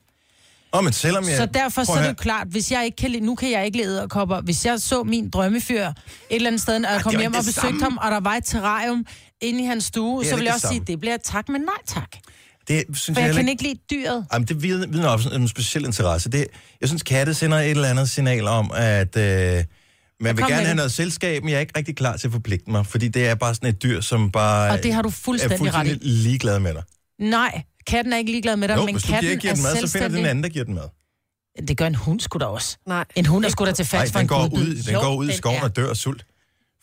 Åh, men selvom jeg... Så derfor Prøv så at er det høre. jo klart, hvis jeg ikke kan lide, nu kan jeg ikke lide kopper. Hvis jeg så min drømmefyr et eller andet sted, og jeg det kom er jo hjem ikke og det besøgte samme. ham, og der var et terrarium inde i hans stue, Det er da så ville ikke jeg det også sige, samme. det bliver tak, men nej tak. Det synes For jeg heller kan ikke lide dyret. Jamen, det vidner vidner om sådan en speciel interesse. Det, jeg synes, katte sender et eller andet signal om, at øh, man vil med gerne det. have noget selskab, men jeg er ikke rigtig klar til at forpligte mig, fordi det er bare sådan et dyr, som bare Og det har du fuldstændig er fuldstændig ret ligeglad med dig. Nej, katten er ikke ligeglad med dig, jo, men hvis du giver, katten giver er den mad, så finder den selvstændig. anden, der giver den mad. Det gør en hund sgu da også. Nej. En hund er sgu da til fast for den en går god ud, død. den Jo, går ud i skoven er. og dør af sult.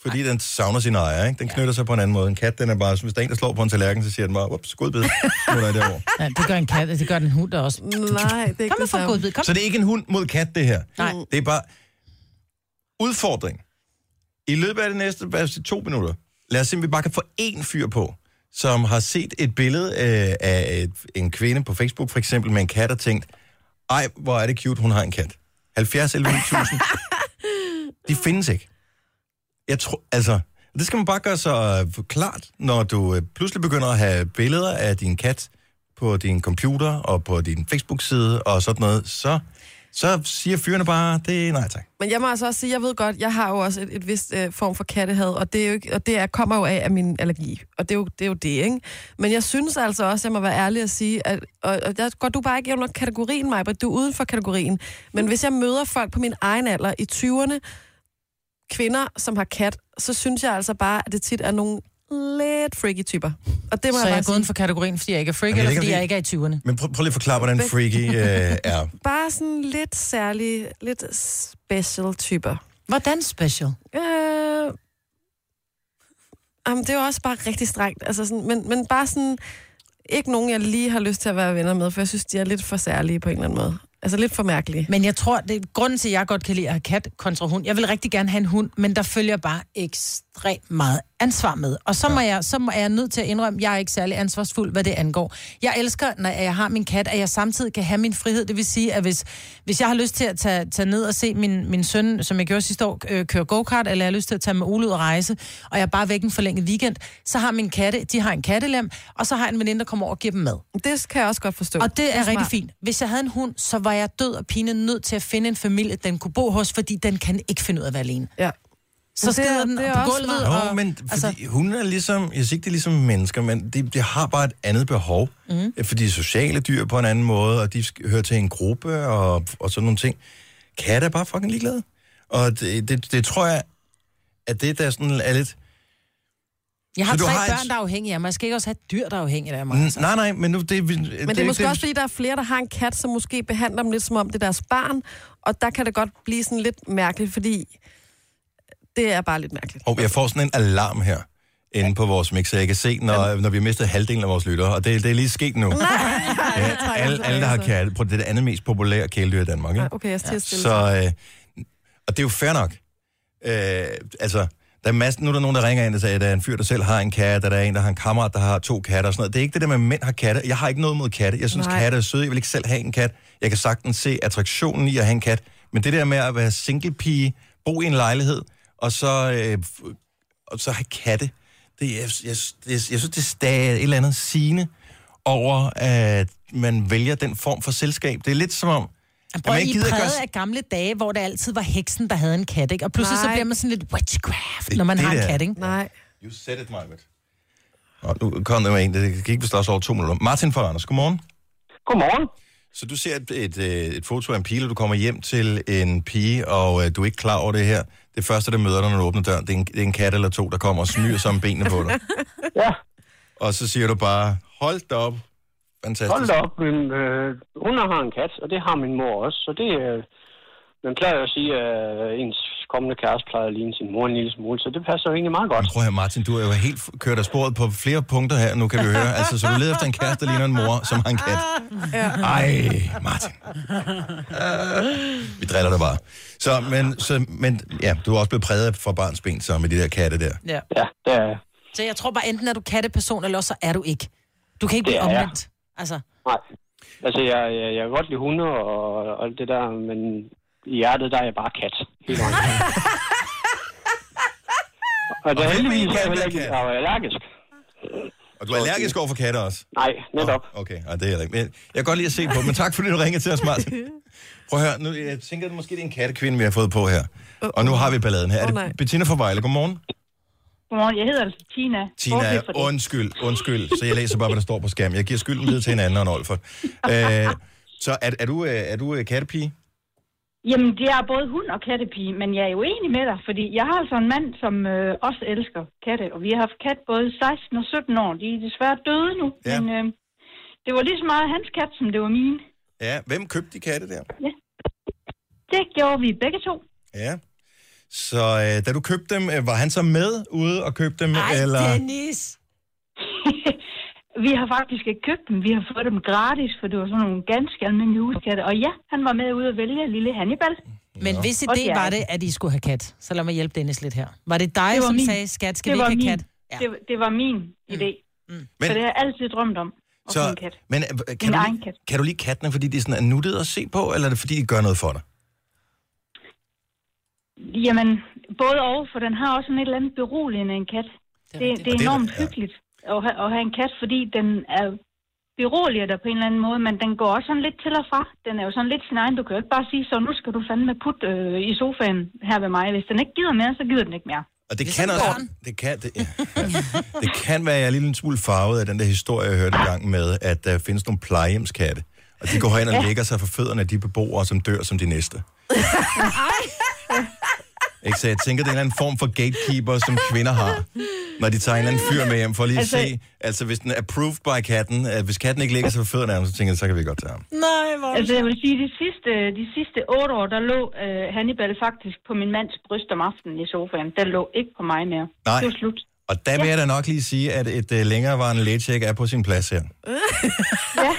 Fordi den savner sin ejer, ikke? Den knytter sig på en anden måde. En kat, den er bare, hvis der er en, der slår på en tallerken, så siger den bare, ups, godbid, nu er der derovre. Ja, det gør en kat, det gør den hund da også. Nej, det er ikke Kom det med for samme. godbid, kom. Så det er ikke en hund mod kat, det her. Mm. Nej. Det er bare udfordring. I løbet af de næste hvad siger, to minutter, lad os se, om vi bare kan få én fyr på, som har set et billede øh, af et, en kvinde på Facebook, for eksempel, med en kat, og tænkt, ej, hvor er det cute, hun har en kat. 70 11 9000. De findes ikke. Jeg tror, altså, det skal man bare gøre så øh, klart, når du øh, pludselig begynder at have billeder af din kat på din computer og på din Facebook-side og sådan noget, så, så siger fyrene bare, det er nej tak. Men jeg må altså også sige, jeg ved godt, jeg har jo også et, et vist øh, form for kattehad, og det, er jo ikke, og det er, kommer jo af, af min allergi. Og det er, jo, det er jo det, ikke? Men jeg synes altså også, jeg må være ærlig at sige, at og, og der går du bare ikke under kategorien, Maja, du er uden for kategorien. Men hvis jeg møder folk på min egen alder i 20'erne, kvinder, som har kat, så synes jeg altså bare, at det tit er nogle lidt freaky typer. Og det må jeg Så jeg bare er sige. gået uden for kategorien, fordi jeg ikke er freak, Jamen, eller det kan fordi vi- jeg ikke er i 20'erne. Men prøv, prøv lige at forklare, hvordan freaky øh, er. Bare sådan lidt særlige, lidt special typer. Hvordan special? Øh... Jamen, det er jo også bare rigtig strengt. Altså sådan, men, men bare sådan... Ikke nogen, jeg lige har lyst til at være venner med, for jeg synes, de er lidt for særlige på en eller anden måde. Altså lidt for mærkelige. Men jeg tror, det er grunden til, at jeg godt kan lide at have kat kontra hund. Jeg vil rigtig gerne have en hund, men der følger bare ekstremt meget ansvar med. Og så, må jeg, så må, er jeg nødt til at indrømme, at jeg er ikke særlig ansvarsfuld, hvad det angår. Jeg elsker, når jeg har min kat, at jeg samtidig kan have min frihed. Det vil sige, at hvis, hvis jeg har lyst til at tage, tage ned og se min, min søn, som jeg gjorde sidste år, øh, køre go-kart, eller jeg har lyst til at tage med Ole ud og rejse, og jeg er bare væk en forlænget weekend, så har min katte, de har en kattelem, og så har jeg en veninde, der kommer over og giver dem mad. Det kan jeg også godt forstå. Og det er, smart. rigtig fint. Hvis jeg havde en hund, så var jeg død og pine nødt til at finde en familie, den kunne bo hos, fordi den kan ikke finde ud af at være alene. Ja. Så Men det skider er- den det er på også gulvet. smart. Og, Jo, men fordi altså, altså... hunde er ligesom, jeg siger ikke, det er ligesom mennesker, men de, de har bare et andet behov. Mm. Fordi de er sociale dyr på en anden måde, og de sk- hører til en gruppe og, og sådan nogle ting. Katte er bare fucking ligeglade. Og det, det, det tror jeg, at det der sådan er lidt... jeg har Så du tre har et- børn, der er afhængige af mig. Jeg skal ikke også have et dyr, der er afhængigt af mig. Altså. Nej, nej, men nu... Det, men Men det er måske også, fordi der er flere, der har en kat, som måske behandler dem lidt som om det er deres barn, og der kan det godt blive sådan lidt mærkeligt, fordi det er bare lidt mærkeligt. Og jeg får sådan en alarm her inde på vores mix, så jeg kan se, når, når vi har mistet halvdelen af vores lyttere, og det, det er lige sket nu. ja, alle, altså alle, der har katte, prøv, det er det andet mest populære kæledyr i Danmark. Ikke? Ah, okay, jeg skal til at stille Så, øh, og det er jo fair nok. Øh, altså, der er massen, nu er der nogen, der ringer ind og siger, at der er en fyr, der selv har en kat, og der er en, der har en kammerat, der har to katter og sådan noget. Det er ikke det der med, at mænd har katte. Jeg har ikke noget mod katte. Jeg synes, Nej. Nej. katte er søde. Jeg vil ikke selv have en kat. Jeg kan sagtens se attraktionen i at have en kat. Men det der med at være single pige, bo i en lejlighed, og så, øh, f- og så have katte, det, er- jeg, jeg, jeg, jeg synes, det stager et eller andet sigende over, at man vælger den form for selskab. Det er lidt som om, at Prøv, man I ikke er gider at gøre præget af gamle dage, hvor det altid var heksen, der havde en kat, ikke? Og pludselig så Nej. bliver man sådan lidt witchcraft, Det- når man det har en der- kat, ikke? Nej. You said it, Marvitt. Og nu kom der med en, det gik vist også over to minutter. Martin fra Randers, godmorgen. Godmorgen. Så du ser et, et, øh, et foto af en pige, og du kommer hjem til en pige, og øh, du er ikke klar over det her. Det første, der møder dig, når du åbner døren, det er en, det er en kat eller to, der kommer og smyger sig om benene på dig. Ja. Og så siger du bare, hold da op. Fantastisk. Hold da op, men øh, hun har en kat, og det har min mor også, så det... Øh, man plejer jo at sige, at ens kommende kæreste plejer at ligne sin mor en lille smule, så det passer jo egentlig meget godt. Prøv at høre, Martin, du er jo helt f- kørt af sporet på flere punkter her, nu kan vi høre. Altså, så du leder efter en kæreste, der ligner en mor, som har en kat. Ej, Martin. Vi driller dig bare. Så, men, så, men ja, du er også blevet præget fra barns ben, så med de der katte der. Ja. Ja, det er jeg. Så jeg tror bare, enten er du katteperson, eller også så er du ikke. Du kan ikke Det blive er jeg. omvendt. Altså, Nej. Altså, jeg, jeg, jeg kan godt lide hunde og, og alt det der, men i hjertet, der er jeg bare kat. Helt ordentligt. og det er heldigvis, jeg er heller ikke jeg er allergisk. Og du er allergisk over for katte også? Nej, netop. Okay, og det er jeg ikke. Men jeg kan godt lide at se på, men tak fordi du ringede til os, Martin. Prøv at høre, nu, jeg tænker, at måske det er en kattekvinde, vi har fået på her. Og nu har vi balladen her. Er Åh, nej. det Bettina fra Vejle? Godmorgen. Godmorgen, jeg hedder altså Tina. Tina, Bortset fra det. undskyld, undskyld. Så jeg læser bare, hvad der står på skærmen. Jeg giver skylden videre til en anden og en Olfert. Øh, så er, er, du, øh, er du øh, kattepige? Jamen, det er både hund og kattepige, men jeg er jo enig med dig, fordi jeg har altså en mand, som øh, også elsker katte, og vi har haft kat både 16 og 17 år. De er desværre døde nu, ja. men øh, det var lige så meget hans kat, som det var min. Ja, hvem købte de katte der? Det gjorde vi begge to. Ja. Så øh, da du købte dem, øh, var han så med ude og købte dem? Ej, eller? Dennis! vi har faktisk ikke købt dem, vi har fået dem gratis, for det var sådan nogle ganske almindelige huskatte. Og ja, han var med ude at vælge lille Hannibal. men ja. hvis idé var det, at I skulle have kat, så lad mig hjælpe Dennis lidt her. Var det dig, det som min. sagde, skat, skal det vi var ikke min. have kat? Ja. Det, det var min idé. Mm. Men, så det har jeg altid drømt om. At få en kat. men øh, kan, Min du, egen lide- kan du lide kattene, fordi de sådan er nuttede at se på, eller er det fordi, de gør noget for dig? Jamen, både og, for den har også sådan et eller andet beroligende en kat. Det, det, det er det er enormt hyggeligt at, have, at have en kat, fordi den er beroliger dig på en eller anden måde, men den går også sådan lidt til og fra. Den er jo sådan lidt sin egen. Du kan jo ikke bare sige, så nu skal du fandme putte øh, i sofaen her ved mig. Hvis den ikke gider mere, så gider den ikke mere. Og det kan også, det kan, det, ja, det kan være, at jeg er lige en smule farvet af den der historie, jeg hørte engang med, at der findes nogle plejehjemskatte, og de går hen og Ja. lægger sig for fødderne af de beboere, som dør som de næste. Ikke? Så jeg tænker, det er en eller anden form for gatekeeper, som kvinder har, når de tager en eller anden fyr med hjem for lige at Altså- se. Altså, hvis den er approved by katten, at hvis katten ikke lægger sig for fødderne af ham, så tænker jeg, så kan vi godt tage ham. Nej, hvor Altså, jeg vil sige, de sidste, de sidste otte år, der lå øh, Hannibal faktisk på min mands bryst om aftenen i sofaen. Den lå ikke på mig mere. Nej. Det var slut. Og der vil jeg da nok lige sige, at et uh, længerevarende lægecheck er på sin plads her. ja. ja.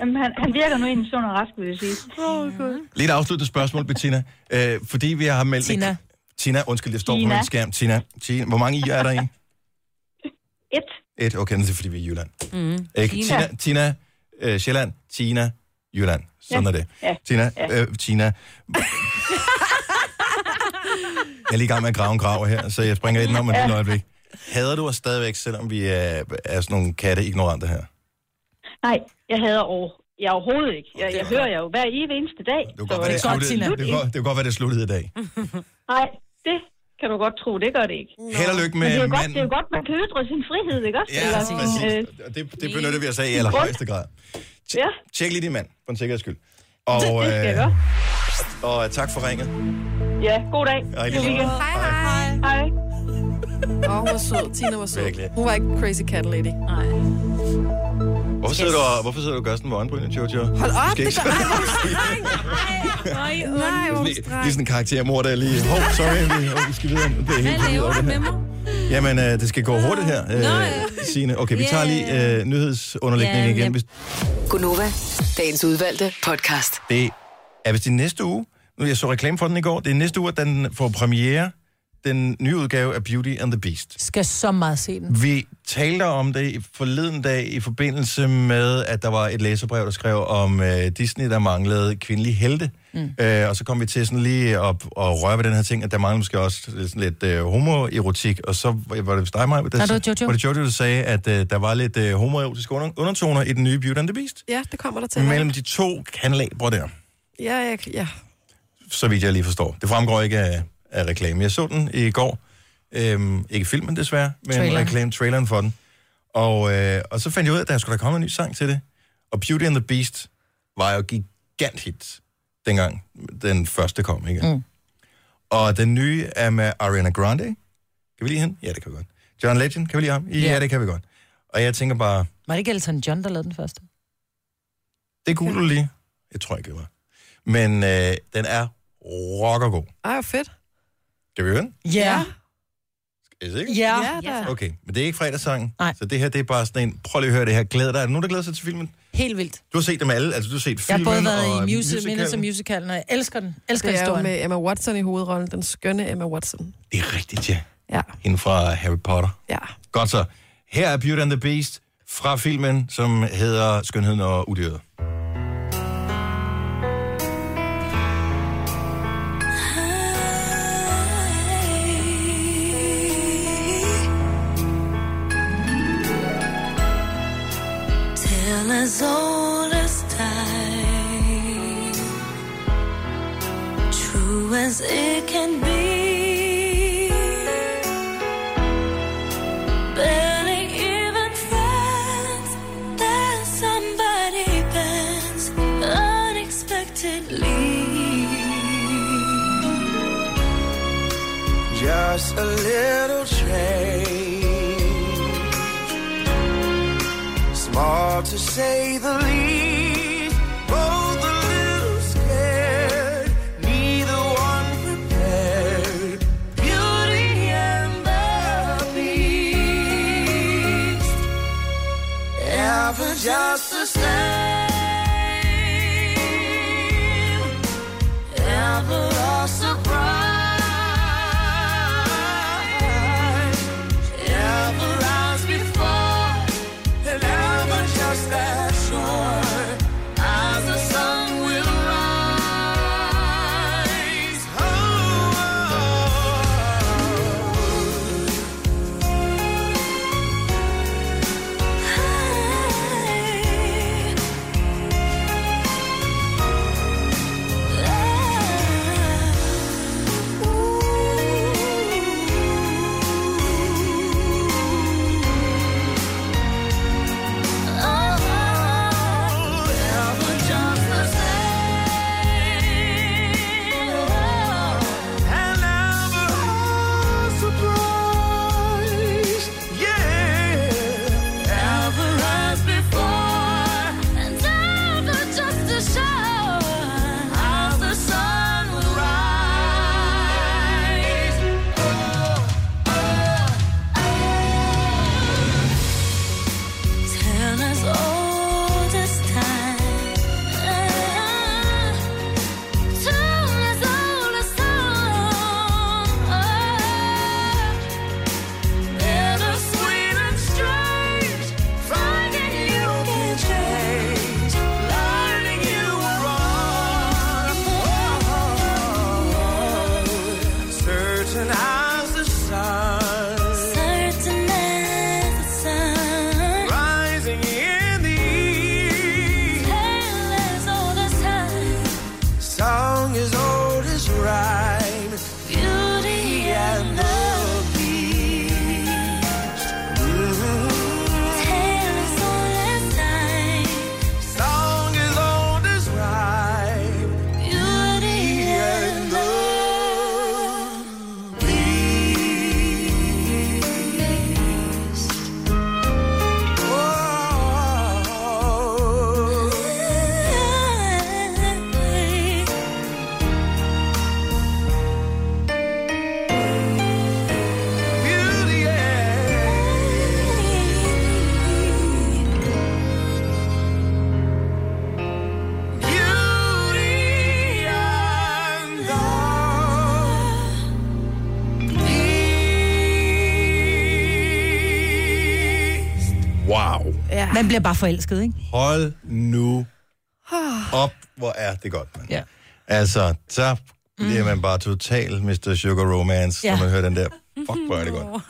Jamen, han, han virker nu egentlig sund og rask, vil jeg sige. Oh, Lidt afsluttende spørgsmål, Bettina. Øh, fordi vi har meldt... Tina. Tina, undskyld, det står Tina. på min skærm. Tina. Tina. Hvor mange i er der i? Et. Et, okay, det er fordi, vi er i Jylland. Mm. Ikke? Tina, Tina øh, Sjælland, Tina, Jylland. Sådan Ja. er det. Ja. Tina, Ja. øh, Tina. Jeg er lige i gang med at grave en grav her, så jeg springer lidt om et lille øjeblik. Hader du os stadigvæk, selvom vi er, er sådan nogle katte-ignorante her? Nej, jeg hader over. Jeg overhovedet ikke. Jeg, jeg hører jer jo hver evig eneste dag. øh, Det kunne godt være, det, sluttede, det, kunne, det kunne godt være, det sluttede i dag. Mm. Nej, det kan du godt tro, det gør det ikke. Held og lykke Men med det er jo godt, manden. det er jo godt, Øh, man kan ytre sin frihed, ikke også? Ja, præcis. Og det, det benytter vi os af i allerhøjeste grad. Tj- Ja. Tjek lige din mand, for en sikkerheds skyld. øh, Det skal jeg gøre. og øh, tak for ringet. Ja, god dag. Hej, God lige måde. weekend. Hej, hej. Hej. Åh, oh, hun var sød. Tina var sød. Virkelig. Hun var ikke crazy cat lady. Nej. Hvorfor sidder du og, hvorfor sidder du og gør sådan med øjenbrynene, Jojo? Hold Du op, skal det ikke- gør... Ej, hvor er du streng. Nej, hvor er du Lige, streng. lige sådan en karaktermor, der er lige... Hov, sorry, vi, oh, vi skal videre. Det er helt videre, det her. Jamen, øh, det skal gå hurtigt her, øh, Signe. Okay, vi tager lige øh, nyhedsunderlægningen igen. Hvis, Gunova, dagens udvalgte podcast. det er vist i næste uge. Nu, jeg så reklame for den i går. Det er næste uge, at den får premiere. Den nye udgave af Beauty and the Beast. Skal så meget se den. Vi talte om det i forleden dag i forbindelse med, at der var et læserbrev, der skrev om øh, Disney, der manglede kvindelige helte. Mm. Øh, og så kom vi til sådan lige at, at røre ved den her ting, at der mangler måske også sådan lidt øh, homoerotik. Og så var- var det vist dig, Maja, der, Nej, det var Jojo. var det Jojo, der sagde, at øh, der var lidt øh, homoerotiske under, undertoner i den nye Beauty and the Beast. Ja, det kommer der til. Mellem de to kanalabre der, Ja, jeg, ja. så vidt jeg lige forstår. Det fremgår ikke af, af reklamen. Jeg så den i går. Øhm, ikke filmen desværre, men Traileren. reklame traileren for den. Og, øh, og så fandt jeg ud af, at der skulle da komme en ny sang til det. Og Beauty and the Beast var jo gigant hit, dengang den første kom, ikke? Mm. Og den nye er med Ariana Grande. Kan vi lide hende? Ja, det kan vi godt. John Legend, kan vi lide ham? Ja, Ja. yeah. det kan vi godt. Og jeg tænker bare, Var det ikke Elton John, der lavede den første? det kunne du lige. Jeg tror ikke, det var. Men øh, den er rocker god. Ej, hvor fedt. Skal vi høre den? Ja. Er det ikke? Ja. Ja, da. Okay, men det er ikke fredagssangen. Nej. Så det her, det er bare sådan en, prøv lige at høre det her. Glæder dig. Er der nogen, der glæder sig til filmen? Helt vildt. Du har set dem alle. Altså, du har set Jeg har filmen både været og i music, Minutes og musicalen. Musicalen, og jeg elsker den. Elsker Det er jo historien. med Emma Watson i hovedrollen, den skønne Emma Watson. Det er rigtigt, ja. Ja. Hende fra Harry Potter. Ja. Godt så. Her er Beauty and the Beast fra filmen, som hedder Skønheden og Udyret. Tell as old as time, true as it can be. Barely even friends, that somebody bends unexpectedly. Just a little change, small to say the least. Both a little scared, neither one prepared. Beauty and the beast, ever just the same, ever a surprise. Ever as before, and ever just as sure as the sun will rise. Oh, ever just the same. And ever a surprise. Yeah. Ever as before. And ever just a show. As the sun will rise. Oh, oh, oh. Tell us all this time. Tell us all this Better sweet and strange. Finding you can change. Learning you were wrong. Whoa. Certain as the sun. Certain as the sun. Rising in the east. Tell us all this time. Song as old as rhyme. Beauty and the Beast. Tale as old as time. Song as old as rhyme. Beauty and the Beast. Oh. Wow. Ja. Man bliver bare forelsket, ikke? Hold nu op, hvor er det godt, mand. Ah. Ja. Altså, så bliver man bare total Mr. Sugar Romance, ja. Mm. når Ja. man hører den der. Fuck, hvor er det godt.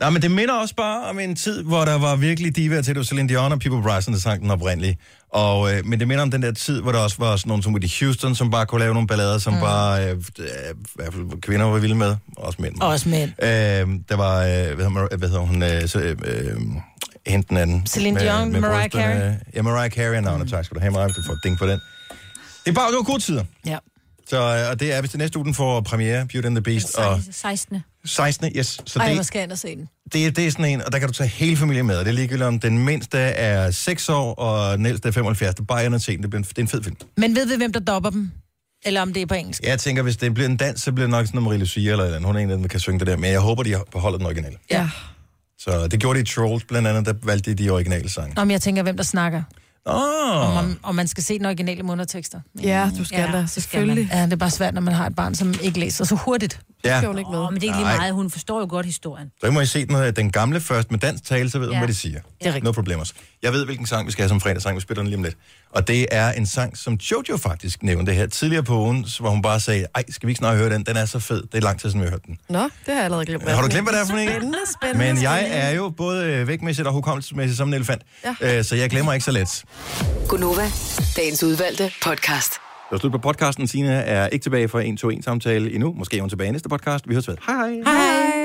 Nej, men det minder også bare om en tid, hvor der var virkelig divaer til. Det var Celine Dion og People Bryson, der sang den oprindelige. Og, øh, men det minder om den der tid, hvor der også var sådan nogen som Whitney Houston, som bare kunne lave nogle ballader, som mm. bare øh, øh, i hvert fald kvinder var vilde med. Også mænd. Også mænd. Øh, der var, øh, hvad, hedder, Mar- hvad hedder hun, øh, så, øh, øh, hende den anden. Celine Dion, Mariah brysterne. Carey. Ja, Mariah Carey er navnet, mm. tak skal du have, Mariah, du får et ding for den. Det er bare, det var gode tider. Ja. Så, øh, og det er, hvis det næste uge, den får premiere, Beauty and the Beast, og 16. 16. Yes, så Ej, hvor det, skal jeg ind og se den. det, det er sådan en, og der kan du tage hele familien med, og det er ligegyldigt om den mindste er 6 år, og den ældste er 75, det er bare ind og se den, det bliver en- det er en fed film. Men ved vi, hvem der dopper dem? Eller om det er på engelsk. Jeg tænker, hvis det bliver en dans, så bliver det nok sådan noget Marie Lucia eller, et eller andet. Hun er en af dem, der kan synge det der. Men jeg håber, de beholder den originale. Ja. Så det gjorde de i Trolls blandt andet, der valgte de de originale sange. Nå, men jeg tænker, hvem der snakker. Åh. Om, man, om man skal se den originale mundtekster. Ja, du skal da, det selvfølgelig. man. Ja, det er bare svært, når man har et barn, som ikke læser så hurtigt. Ja. skal hun ikke med. Åh, men det er ikke lige Nej. meget. Hun forstår jo godt historien. Så må I se den, øh, den gamle først med dansk tale, så ved ja. Ja. hvad de siger. Det er rigtigt. No problemer. Jeg ved, hvilken sang vi skal have som fredagssang. Vi spiller den lige om lidt. Og det er en sang, som Jojo faktisk nævnte her tidligere på ugen, så hvor hun bare sagde, ej, skal vi ikke snart høre den? Den er så fed. Det er lang tid, siden vi har hørt den. Nå, det har jeg allerede glemt. Har du glemt, hvad det er for en? Spændende, spændende. Men jeg spændende. er jo både øh, vægtmæssigt og hukommelsesmæssigt som en elefant, ja. øh, så jeg glemmer ikke så let. Gunova, dagens udvalgte podcast. Det var slut på podcasten. Sina er ikke tilbage for en 1-2-1-samtale endnu. Måske er hun tilbage i næste podcast. Vi høres ved. Hej. Hej.